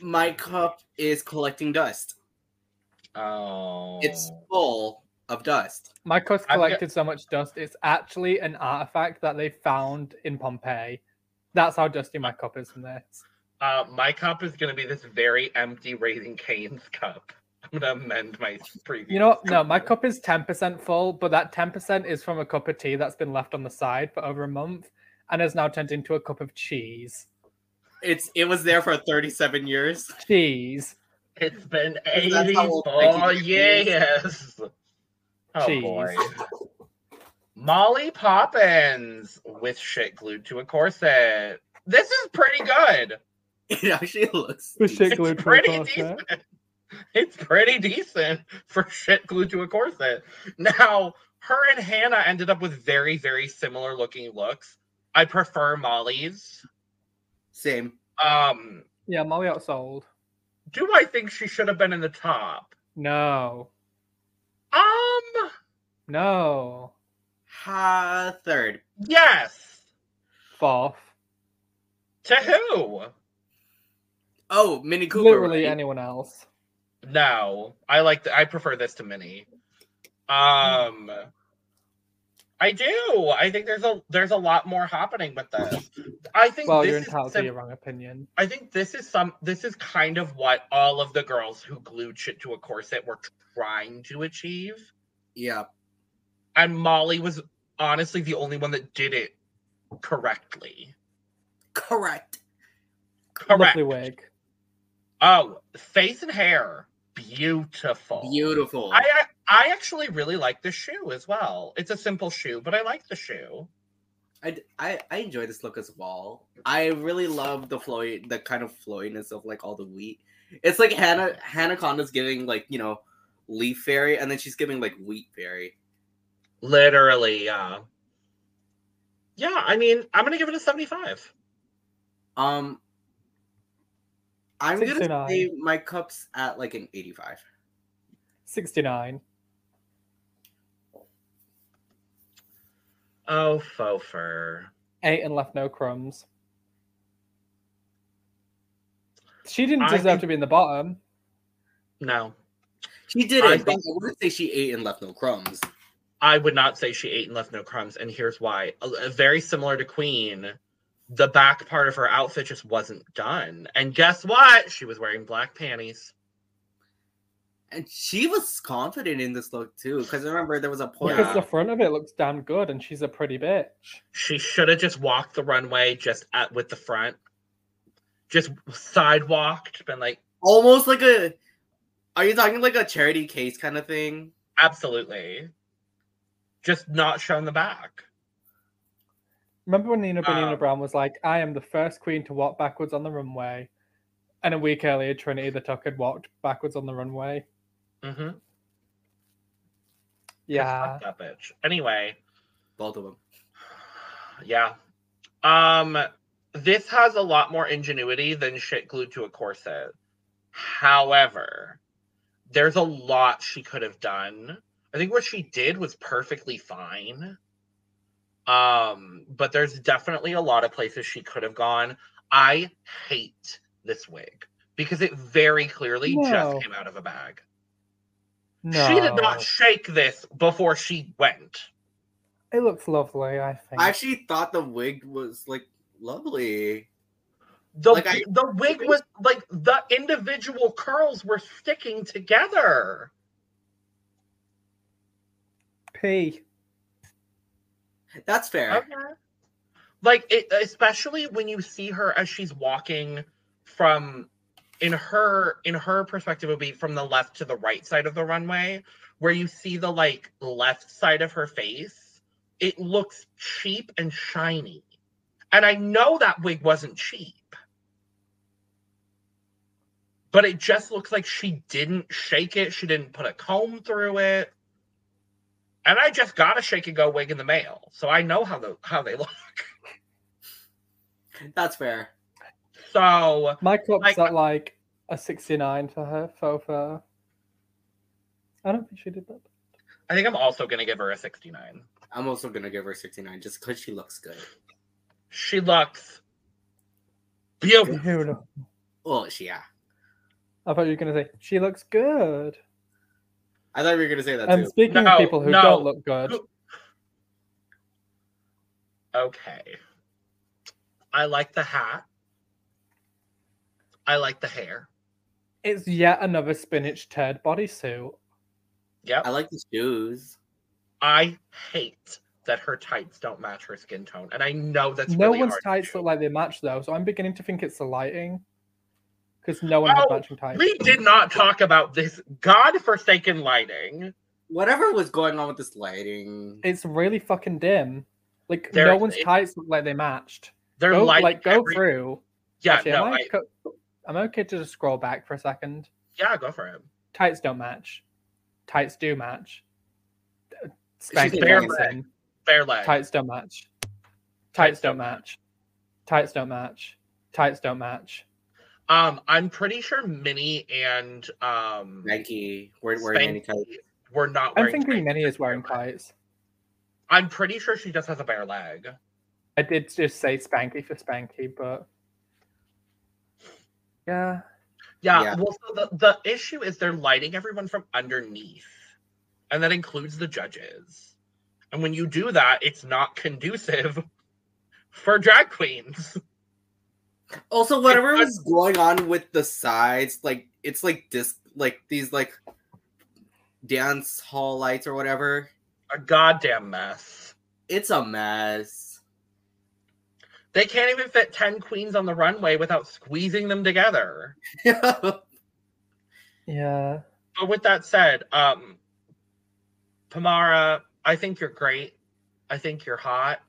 [SPEAKER 3] my cup is collecting dust.
[SPEAKER 2] oh,
[SPEAKER 3] It's full of dust.
[SPEAKER 1] "My cuss
[SPEAKER 2] I'm get-
[SPEAKER 1] collected so much dust. It's actually an artifact that they found in Pompeii. That's how dusty my cup is from this."
[SPEAKER 2] Uh, my cup is going to be this very empty Raising Cane's cup. I'm going to amend my previous.
[SPEAKER 1] You know, what? no, my cup is ten percent full, but that ten percent is from a cup of tea that's been left on the side for over a month and has now turned into a cup of cheese.
[SPEAKER 3] It's it was there for 37 years.
[SPEAKER 1] Cheese.
[SPEAKER 2] It's been
[SPEAKER 3] That's how old
[SPEAKER 2] 84
[SPEAKER 3] Frankie is.
[SPEAKER 2] years. Oh
[SPEAKER 1] Jeez.
[SPEAKER 2] boy. Molly Poppins with shit glued to a corset. This is pretty good.
[SPEAKER 3] It actually looks
[SPEAKER 1] With shit
[SPEAKER 3] decent.
[SPEAKER 1] glued
[SPEAKER 2] It's
[SPEAKER 1] to a
[SPEAKER 2] pretty
[SPEAKER 1] corset.
[SPEAKER 2] decent. It's pretty decent for shit glued to a corset. Now, her and Hannah ended up with very, very similar looking looks. I prefer Molly's.
[SPEAKER 3] Same.
[SPEAKER 2] Um,
[SPEAKER 1] Yeah, Molly outsold.
[SPEAKER 2] do I think she should have been in the top?
[SPEAKER 1] No,
[SPEAKER 2] Um,
[SPEAKER 1] no,
[SPEAKER 3] Ha third.
[SPEAKER 2] yes.
[SPEAKER 1] fourth.
[SPEAKER 2] To who?
[SPEAKER 3] Oh, Mini Cooper.
[SPEAKER 1] Literally
[SPEAKER 3] right?
[SPEAKER 1] anyone else.
[SPEAKER 2] No, I like. The, I prefer this to Minnie. Um, I do. I think there's a there's a lot more happening with this. I think
[SPEAKER 1] Well, you're
[SPEAKER 2] this is
[SPEAKER 1] entitled to
[SPEAKER 2] sim-
[SPEAKER 1] your wrong opinion.
[SPEAKER 2] I think this is some. This is kind of what all of the girls who glued shit to a corset were trying to achieve,
[SPEAKER 3] Yeah.
[SPEAKER 2] and Molly was honestly the only one that did it correctly.
[SPEAKER 3] Correct.
[SPEAKER 2] Correct.
[SPEAKER 1] Lovely wig.
[SPEAKER 2] Oh, face and hair, beautiful.
[SPEAKER 3] Beautiful.
[SPEAKER 2] I I actually really like the shoe as well. It's a simple shoe, but I like the shoe.
[SPEAKER 3] I, I I enjoy this look as well. I really love the flowy, the kind of flowiness of like all the wheat. It's like Hannah Hannah Conda's giving like you know leaf fairy, and then she's giving like wheat fairy.
[SPEAKER 2] Literally, yeah. Yeah, I mean, I'm gonna give it a 75.
[SPEAKER 3] Um, I'm gonna
[SPEAKER 1] 69.
[SPEAKER 3] say my cups at like an eighty-five.
[SPEAKER 1] 69.
[SPEAKER 2] Oh, faux fur.
[SPEAKER 1] Ate and left no crumbs. She didn't
[SPEAKER 2] I
[SPEAKER 1] deserve
[SPEAKER 2] think-
[SPEAKER 1] to be in the bottom.
[SPEAKER 2] No,
[SPEAKER 3] She did
[SPEAKER 2] I
[SPEAKER 3] it. but I
[SPEAKER 2] think-
[SPEAKER 3] wouldn't say she ate and left no crumbs.
[SPEAKER 2] I would not say she ate and left no crumbs, and here's why. A- a- Very similar to Queen, the back part of her outfit just wasn't done. And guess what? She was wearing black panties.
[SPEAKER 3] And she was confident in this look too, because remember there was a point.
[SPEAKER 1] Because
[SPEAKER 2] Yeah.
[SPEAKER 1] the front of it looks damn good and she's a pretty bitch.
[SPEAKER 2] She should have just walked the runway just at with the front, just sidewalked, been like,
[SPEAKER 3] almost like a. Are you talking like a charity case kind of thing?
[SPEAKER 2] Absolutely. Just not shown the back.
[SPEAKER 1] Remember when Nina Benina
[SPEAKER 2] Um,
[SPEAKER 1] Brown was like, I am the first queen to walk backwards on the runway? And a week earlier, Trinity the Tuck had walked backwards on the runway.
[SPEAKER 2] Mm-hmm.
[SPEAKER 1] Yeah.
[SPEAKER 2] That bitch. Anyway,
[SPEAKER 3] Both of them.
[SPEAKER 2] yeah. Um, this has a lot more ingenuity than shit glued to a corset. However, there's a lot she could have done. I think what she did was perfectly fine. Um, but there's definitely a lot of places she could have gone. I hate this wig because it very clearly
[SPEAKER 1] No.
[SPEAKER 2] just came out of a bag.
[SPEAKER 1] No.
[SPEAKER 2] She did not shake this before she went.
[SPEAKER 1] It looks lovely, I think.
[SPEAKER 3] I actually thought the wig was like lovely.
[SPEAKER 2] The
[SPEAKER 3] Like, I-
[SPEAKER 2] the wig was like the individual curls were sticking together.
[SPEAKER 1] P.
[SPEAKER 3] That's fair.
[SPEAKER 2] Okay. Like it, especially when you see her as she's walking from in her in her perspective it would be from the left to the right side of the runway where you see the like left side of her face it looks cheap and shiny and i know that wig wasn't cheap but it just looks like she didn't shake it she didn't put a comb through it And I just got a shake and go wig in the mail, so I know how the how they look.
[SPEAKER 3] That's fair.
[SPEAKER 2] So
[SPEAKER 1] My cup's
[SPEAKER 2] Like-
[SPEAKER 1] at like a 69 for her photo. For her. I don't think she did that.
[SPEAKER 2] I think I'm also gonna give her a 69.
[SPEAKER 3] I'm also gonna give her 69 just because she looks good.
[SPEAKER 2] She looks beautiful.
[SPEAKER 1] Beautiful.
[SPEAKER 3] Oh, she, yeah.
[SPEAKER 1] I thought you were going to say, she looks good.
[SPEAKER 3] I thought you were gonna say that
[SPEAKER 1] And
[SPEAKER 3] too.
[SPEAKER 1] speaking
[SPEAKER 2] No,
[SPEAKER 1] of people who
[SPEAKER 2] no.
[SPEAKER 1] don't look good,
[SPEAKER 2] Okay. I like the hat. I like the hair.
[SPEAKER 1] it's yet another spinach turd bodysuit.
[SPEAKER 2] Yep.
[SPEAKER 3] I like the shoes.
[SPEAKER 2] I hate that her tights don't match her skin tone, and I know that's
[SPEAKER 1] no
[SPEAKER 2] really
[SPEAKER 1] one's
[SPEAKER 2] hard to
[SPEAKER 1] tights
[SPEAKER 2] do.
[SPEAKER 1] look like they match though, so I'm beginning to think it's the lighting. Because no one has
[SPEAKER 2] Oh,
[SPEAKER 1] matching tights.
[SPEAKER 2] We did not talk about this godforsaken lighting.
[SPEAKER 3] Whatever was going on with this lighting.
[SPEAKER 1] It's really fucking dim. Like no
[SPEAKER 2] Seriously.
[SPEAKER 1] one's tights look like they matched.
[SPEAKER 2] They're
[SPEAKER 1] Go,
[SPEAKER 2] lighting
[SPEAKER 1] like go
[SPEAKER 2] every-
[SPEAKER 1] through.
[SPEAKER 2] Yeah,
[SPEAKER 1] Actually,
[SPEAKER 2] no,
[SPEAKER 1] am I
[SPEAKER 2] I,
[SPEAKER 1] co- I'm okay to just scroll back for a second.
[SPEAKER 2] yeah, go for it.
[SPEAKER 1] Tights don't match. Tights do match.
[SPEAKER 3] She's
[SPEAKER 1] Spanking
[SPEAKER 2] bare
[SPEAKER 1] Johnson.
[SPEAKER 2] Fair leg.
[SPEAKER 1] Tights don't match. Tights don't match. Tights don't match. Tights don't match.
[SPEAKER 2] Um, I'm pretty sure Minnie and um
[SPEAKER 3] Nike. We're wearing any kind
[SPEAKER 2] Spanky were not
[SPEAKER 1] I'm
[SPEAKER 2] wearing.
[SPEAKER 1] thinking
[SPEAKER 2] tights.
[SPEAKER 1] Minnie is wearing tights.
[SPEAKER 2] I'm pretty sure she just has a bare leg.
[SPEAKER 1] I did just say Spanky for Spanky, but yeah,
[SPEAKER 2] Yeah.
[SPEAKER 3] Yeah.
[SPEAKER 2] Well, so the the issue is they're lighting everyone from underneath, and that includes the judges. And when you do that, it's not conducive for drag queens.
[SPEAKER 3] Also, whatever was going on with the sides, like it's like disc, like these like dance hall lights or whatever.
[SPEAKER 2] A goddamn mess.
[SPEAKER 3] It's a mess.
[SPEAKER 2] They can't even fit ten queens on the runway without squeezing them together.
[SPEAKER 1] yeah.
[SPEAKER 2] But with that said, um, Pamara, I think you're great. I think you're hot.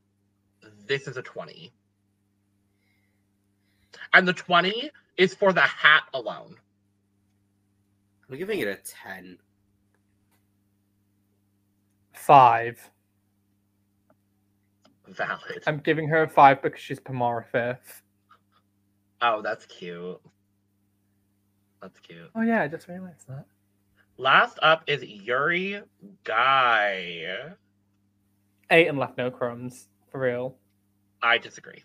[SPEAKER 2] This is a 20. And the 20 is for the hat alone.
[SPEAKER 3] I'm giving it a ten.
[SPEAKER 1] Five.
[SPEAKER 2] Valid.
[SPEAKER 1] I'm giving her a five because she's Pomara fifth.
[SPEAKER 2] Oh, that's cute. That's cute.
[SPEAKER 1] Oh yeah, I just realized that.
[SPEAKER 2] Last up is Yuri Guy.
[SPEAKER 1] Eight and left no crumbs. For real.
[SPEAKER 2] I disagree.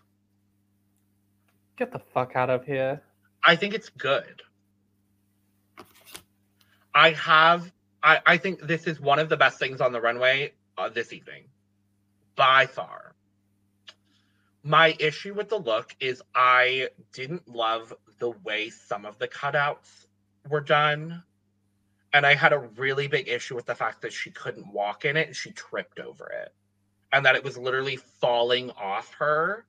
[SPEAKER 1] Get the fuck out of here.
[SPEAKER 2] I think it's good. I have. I, I think this is one of the best things on the runway uh, this evening, by far. My issue with the look is I didn't love the way some of the cutouts were done, and I had a really big issue with the fact that she couldn't walk in it and she tripped over it, and that it was literally falling off her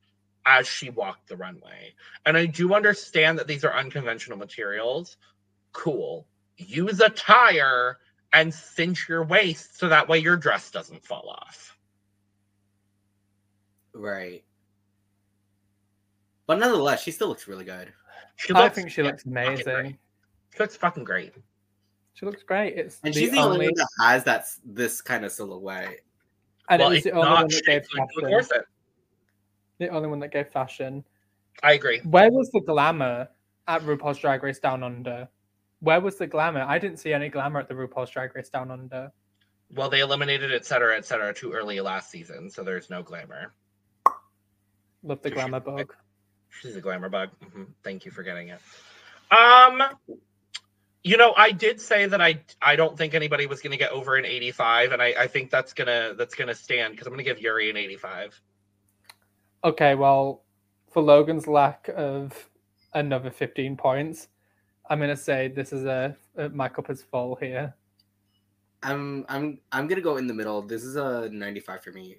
[SPEAKER 2] as she walked the runway. And I do understand that these are unconventional materials. Cool. Use a tire and cinch your waist so that way your dress doesn't fall off.
[SPEAKER 3] Right. But nonetheless, she still looks really good.
[SPEAKER 2] She
[SPEAKER 1] I
[SPEAKER 2] looks,
[SPEAKER 1] think she looks
[SPEAKER 2] fucking great.
[SPEAKER 1] amazing.
[SPEAKER 2] She looks fucking great.
[SPEAKER 1] She looks great. It's
[SPEAKER 3] And
[SPEAKER 1] the
[SPEAKER 3] she's the only,
[SPEAKER 1] only,
[SPEAKER 3] one that has that s- this kind of silhouette.
[SPEAKER 1] and
[SPEAKER 2] Well,
[SPEAKER 1] it was the
[SPEAKER 2] it's
[SPEAKER 1] only
[SPEAKER 2] not
[SPEAKER 1] one that gave
[SPEAKER 2] shaped like a
[SPEAKER 1] fashion.
[SPEAKER 2] corset.
[SPEAKER 1] The only one that gave fashion.
[SPEAKER 2] I agree.
[SPEAKER 1] Where was the glamour at RuPaul's Drag Race Down Under? Where was the glamour? I didn't see any glamour at the RuPaul's Drag Race Down Under.
[SPEAKER 2] Well, they eliminated et cetera, et cetera, too early last season, so there's no glamour.
[SPEAKER 1] Love the
[SPEAKER 2] Did she-
[SPEAKER 1] glamour bug.
[SPEAKER 2] She's a glamour bug. hmm Thank you for getting it. Um, you know, I did say that I I don't think anybody was going to get over an 85, and I, I think that's gonna that's gonna stand because I'm gonna give Yuri an 85.
[SPEAKER 1] Okay, well, for Logan's lack of another 15 points, I'm going to say this is a, a my cup is full here.
[SPEAKER 3] I'm I'm I'm gonna go in the middle. This is a 95 for me,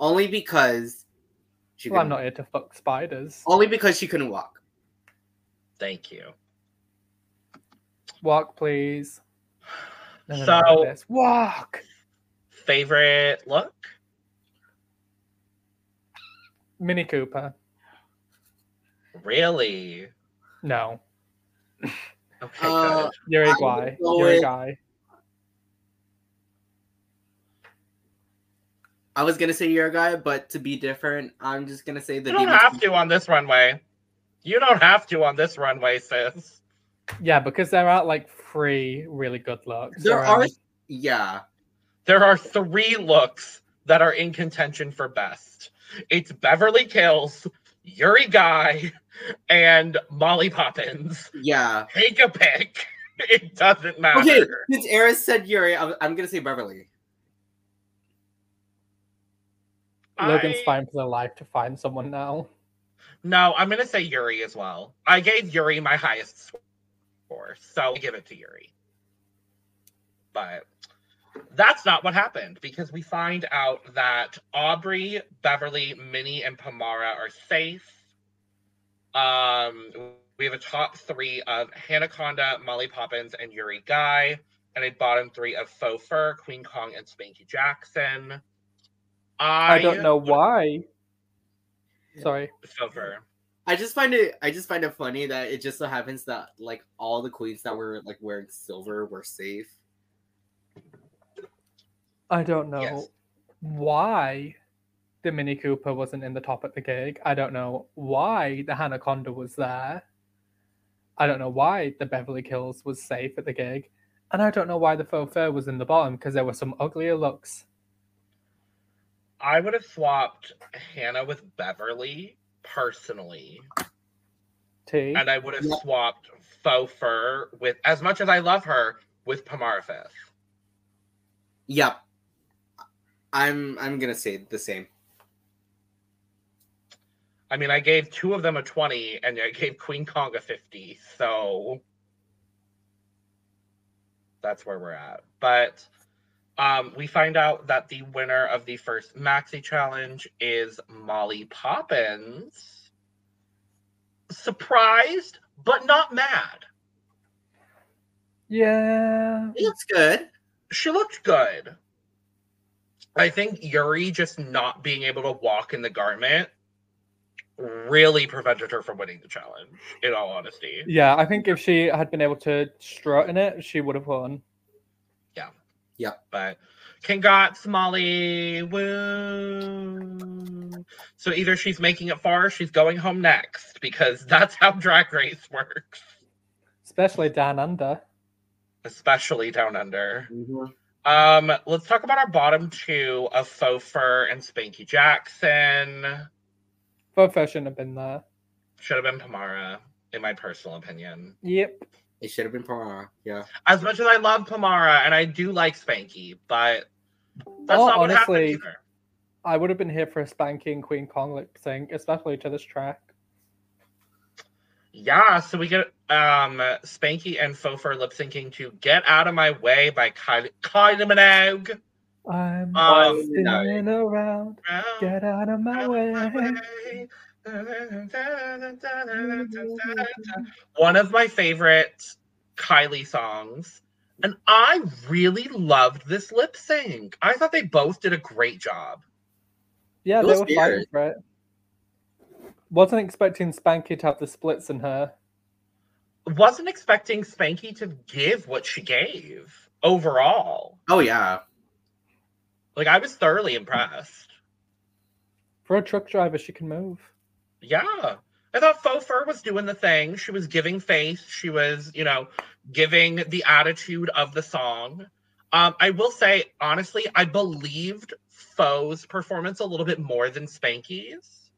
[SPEAKER 3] only because she.
[SPEAKER 1] Well, I'm
[SPEAKER 3] couldn't-
[SPEAKER 1] not here to fuck spiders.
[SPEAKER 3] Only because she couldn't walk.
[SPEAKER 2] Thank you.
[SPEAKER 1] Walk, please. No, no, no, not
[SPEAKER 2] So,
[SPEAKER 1] this. walk.
[SPEAKER 2] favorite look?
[SPEAKER 1] Mini Cooper.
[SPEAKER 2] Really?
[SPEAKER 1] No.
[SPEAKER 2] Okay,
[SPEAKER 3] Uh,
[SPEAKER 2] good.
[SPEAKER 1] You're a
[SPEAKER 3] I would
[SPEAKER 1] guy.
[SPEAKER 3] go
[SPEAKER 1] You're a
[SPEAKER 3] with-
[SPEAKER 1] guy.
[SPEAKER 3] I was gonna say your guy, but to be different, I'm just gonna say the
[SPEAKER 2] You don't
[SPEAKER 3] Demon
[SPEAKER 2] have
[SPEAKER 3] Slayer.
[SPEAKER 2] to on this runway. You don't have to on this runway, sis.
[SPEAKER 1] Yeah, because there are like three really good looks.
[SPEAKER 3] There
[SPEAKER 1] around.
[SPEAKER 3] are, yeah,
[SPEAKER 2] There are three looks that are in contention for best. It's Beverly Kills, Yuri Guy, and Molly Poppins.
[SPEAKER 3] yeah.
[SPEAKER 2] Take a pick. It doesn't matter.
[SPEAKER 3] Okay, since Eris said Yuri, I'm, I'm gonna say Beverly.
[SPEAKER 1] Logan's
[SPEAKER 2] I-
[SPEAKER 1] fighting for their life to find someone now.
[SPEAKER 2] No, I'm gonna say Yuri as well. I gave Yuri my highest score, so I give it to Yuri. But that's not what happened because we find out that Aubrey, Beverly, Minnie, and Pamara are safe. Um, we have a top three of Hannah Conda, Molly Poppins, and Yuri Guy, and a bottom three of Faux Fur, Queen Kong, and Spanky Jackson. I,
[SPEAKER 1] I don't know why. Sorry.
[SPEAKER 2] Faux Fur.
[SPEAKER 3] I just find it, I just find it funny that it just so happens that like all the queens that were like wearing silver were safe.
[SPEAKER 1] I don't know
[SPEAKER 2] Yes.
[SPEAKER 1] why the Mini Cooper wasn't in the top at the gig. I don't know why the Hanaconda was there. I don't know why the Beverly Kills was safe at the gig. And I don't know why the faux fur was in the bottom because there were some uglier looks.
[SPEAKER 2] I would have swapped Hannah with Beverly personally,
[SPEAKER 1] T.
[SPEAKER 2] and I would have
[SPEAKER 3] Yeah.
[SPEAKER 2] swapped Faux Fur with, as much as I love her, with Pamara Fifth.
[SPEAKER 3] Yep, I'm, I'm gonna say the same.
[SPEAKER 2] I mean, I gave two of them a 20, and I gave Queen Kong a 50, so that's where we're at. But um, we find out that the winner of the first Maxi Challenge is Molly Poppins. Surprised, but not mad.
[SPEAKER 1] Yeah.
[SPEAKER 3] It looks good.
[SPEAKER 2] she looked good. I think Yuri just not being able to walk in the garment really prevented her from winning the challenge, in all honesty.
[SPEAKER 1] Yeah, I think if she had been able to strut in it, she would have won.
[SPEAKER 2] But congrats, Molly. Woo. So either she's making it far or she's going home next because that's how drag race works,
[SPEAKER 1] Especially Dan Under.
[SPEAKER 2] especially down under.
[SPEAKER 3] Mm-hmm.
[SPEAKER 2] Um, let's talk about our bottom two of Faux Fur and Spanky Jackson.
[SPEAKER 1] Faux fur shouldn't have been there.
[SPEAKER 2] Should have been Pamara, in my personal opinion.
[SPEAKER 1] Yep.
[SPEAKER 3] It should have been Pamara. Yeah.
[SPEAKER 2] As much as I love Pamara and I do like Spanky, but that's
[SPEAKER 1] Oh,
[SPEAKER 2] not what
[SPEAKER 1] honestly.
[SPEAKER 2] happened either.
[SPEAKER 1] I would have been here for a spanking Queen Kong lip sync, especially to this track.
[SPEAKER 2] Yeah, so we get um Spanky and Fofur lip syncing to Get Out of My Way by Kylie, Kylie Minogue.
[SPEAKER 1] I'm
[SPEAKER 2] Um,
[SPEAKER 1] spinning
[SPEAKER 3] no.
[SPEAKER 1] around. Get out of my way.
[SPEAKER 2] One of my favorite Kylie songs. And I really loved this lip sync. I thought they both did a great job.
[SPEAKER 1] Yeah,
[SPEAKER 3] It
[SPEAKER 1] they
[SPEAKER 3] was
[SPEAKER 1] were fighting
[SPEAKER 3] weird.
[SPEAKER 1] for it. Wasn't expecting Spanky to have the splits in her.
[SPEAKER 2] Wasn't expecting Spanky to give what she gave overall.
[SPEAKER 3] Oh yeah.
[SPEAKER 2] Like I was thoroughly impressed.
[SPEAKER 1] For a truck driver, she can move.
[SPEAKER 2] Yeah. I thought Faux Fur was doing the thing. She was giving face. She was, you know, giving the attitude of the song. Um, I will say, honestly, I believed Faux's performance a little bit more than Spanky's.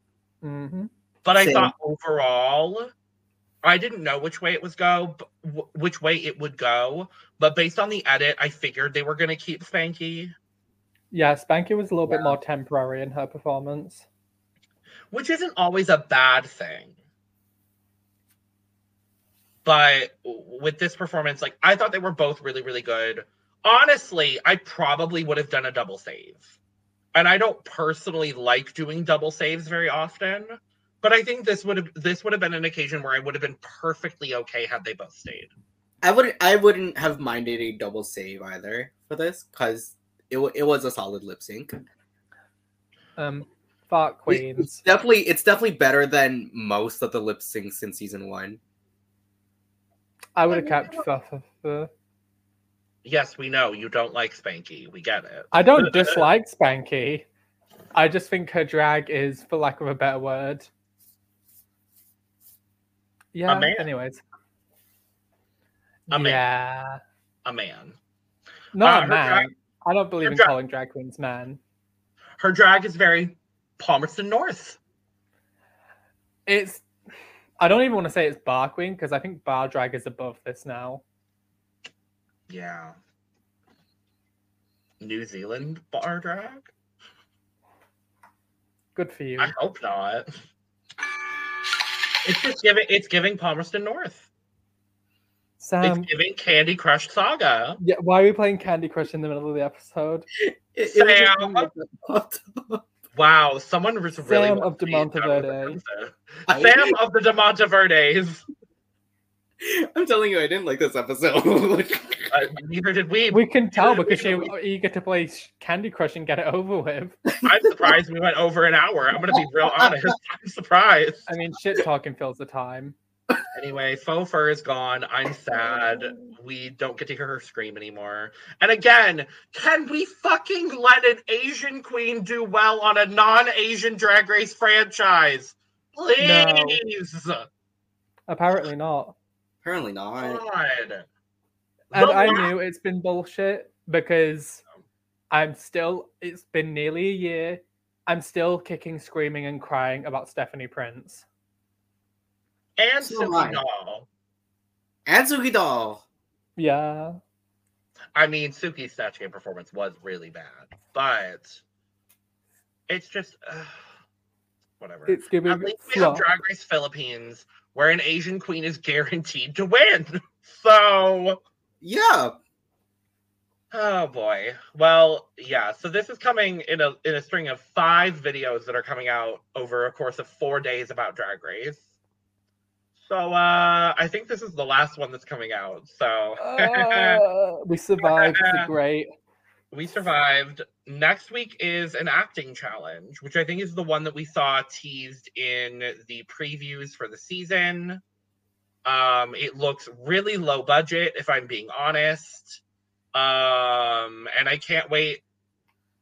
[SPEAKER 1] hmm
[SPEAKER 2] But I
[SPEAKER 3] Same.
[SPEAKER 2] thought overall, I didn't know which way it was go, b- wh- which way it would go. But based on the edit, I figured they were going to keep Spanky,
[SPEAKER 1] Yeah, Spanky was a little bit more temporary in her performance.
[SPEAKER 2] which isn't always a bad thing. But w- with this performance, like I thought they were both really, really good. Honestly, I probably would have done a double save. And I don't personally like doing double saves very often, but I think this would have this would have been an occasion where I would have been perfectly okay had they both stayed.
[SPEAKER 3] I wouldn't. I wouldn't have minded a double save either for this because it wa- it was a solid lip sync.
[SPEAKER 1] Um, Fart
[SPEAKER 3] It's
[SPEAKER 1] Queens.
[SPEAKER 3] definitely it's definitely better than most of the lip syncs in season one.
[SPEAKER 1] I would have kept Fur. Fur.
[SPEAKER 2] Yes, we know you don't like Spanky. We get it.
[SPEAKER 1] I don't dislike Spanky. I just think her drag is, for lack of a better word, yeah.
[SPEAKER 2] man.
[SPEAKER 1] Anyways,
[SPEAKER 2] A man.
[SPEAKER 1] yeah,
[SPEAKER 2] A man.
[SPEAKER 1] not
[SPEAKER 2] Uh,
[SPEAKER 1] a
[SPEAKER 2] her
[SPEAKER 1] man.
[SPEAKER 2] drag-
[SPEAKER 1] I don't believe
[SPEAKER 2] her
[SPEAKER 1] in
[SPEAKER 2] drag-
[SPEAKER 1] calling drag queens man.
[SPEAKER 2] Her drag is very Palmerston North.
[SPEAKER 1] It's. I don't even want to say it's bar queen because I think bar drag is above this now.
[SPEAKER 2] Yeah. New Zealand bar drag?
[SPEAKER 1] Good for you.
[SPEAKER 2] I hope not. It's just giving it's giving Palmerston North.
[SPEAKER 1] Sam,
[SPEAKER 2] it's giving Candy Crush Saga.
[SPEAKER 1] yeah, why are we playing Candy Crush in the middle of the episode?
[SPEAKER 3] It, it was just
[SPEAKER 2] Sam.
[SPEAKER 3] like the bottom.
[SPEAKER 2] Wow, someone was really
[SPEAKER 1] Sam
[SPEAKER 2] wanting
[SPEAKER 1] of
[SPEAKER 2] to be
[SPEAKER 1] DeMonte
[SPEAKER 2] Sam of the
[SPEAKER 1] Verde.
[SPEAKER 2] Princess.
[SPEAKER 3] I-
[SPEAKER 2] Sam of the DeMonte Verdes.
[SPEAKER 3] I'm telling you, I didn't like this episode.
[SPEAKER 2] Uh, neither did we.
[SPEAKER 1] We can tell because you are eager to play sh- Candy Crush and get it over with.
[SPEAKER 2] I'm surprised we went over an hour. I'm gonna be real honest. I'm surprised.
[SPEAKER 1] I mean, shit talking fills the time.
[SPEAKER 2] Anyway, faux fur is gone. I'm sad. We don't get to hear her scream anymore. And again, can we fucking let an Asian queen do well on a non-Asian drag race franchise? Please.
[SPEAKER 1] Apparently not.
[SPEAKER 3] Apparently
[SPEAKER 2] Oh.
[SPEAKER 3] not.
[SPEAKER 2] God.
[SPEAKER 1] And
[SPEAKER 2] The
[SPEAKER 1] I
[SPEAKER 2] la-
[SPEAKER 1] knew it's been bullshit because I'm still, it's been nearly a year. I'm still kicking, screaming, and crying about Stephanie Prince.
[SPEAKER 2] and
[SPEAKER 3] So am I.
[SPEAKER 2] Suki doll.
[SPEAKER 3] And Suki doll.
[SPEAKER 1] Yeah.
[SPEAKER 2] I mean, Suki's Snatch Game performance was really bad, but it's just uh, whatever.
[SPEAKER 1] It's giving
[SPEAKER 2] At least we have
[SPEAKER 1] flop.
[SPEAKER 2] Drag Race Philippines, where an Asian queen is guaranteed to win. So,
[SPEAKER 3] Yeah.
[SPEAKER 2] oh boy. Well, yeah. So this is coming in a in a string of five videos that are coming out over a course of four days about Drag Race. So uh, I think this is the last one that's coming out. So
[SPEAKER 1] Uh, we survived the great.
[SPEAKER 2] we survived. Next week is an acting challenge, which I think is the one that we saw teased in the previews for the season. Um, it looks really low budget, if I'm being honest. Um, and I can't wait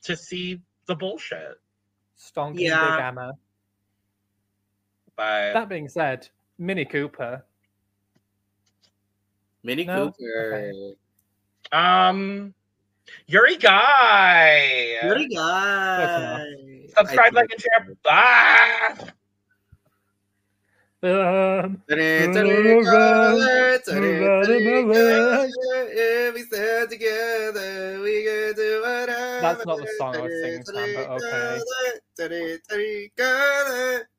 [SPEAKER 2] to see the bullshit.
[SPEAKER 1] Stonking
[SPEAKER 3] Yeah.
[SPEAKER 1] Big Hammer.
[SPEAKER 2] But
[SPEAKER 1] That being said, Mini Cooper.
[SPEAKER 3] Mini
[SPEAKER 1] No?
[SPEAKER 3] Cooper.
[SPEAKER 2] um Yuri Guy.
[SPEAKER 3] What do you got?
[SPEAKER 2] Subscribe, like, and share. Bye.
[SPEAKER 1] Um,
[SPEAKER 3] If we stand together, we can do whatever.
[SPEAKER 1] That's not the song I was singing, Sam, but okay.
[SPEAKER 3] okay.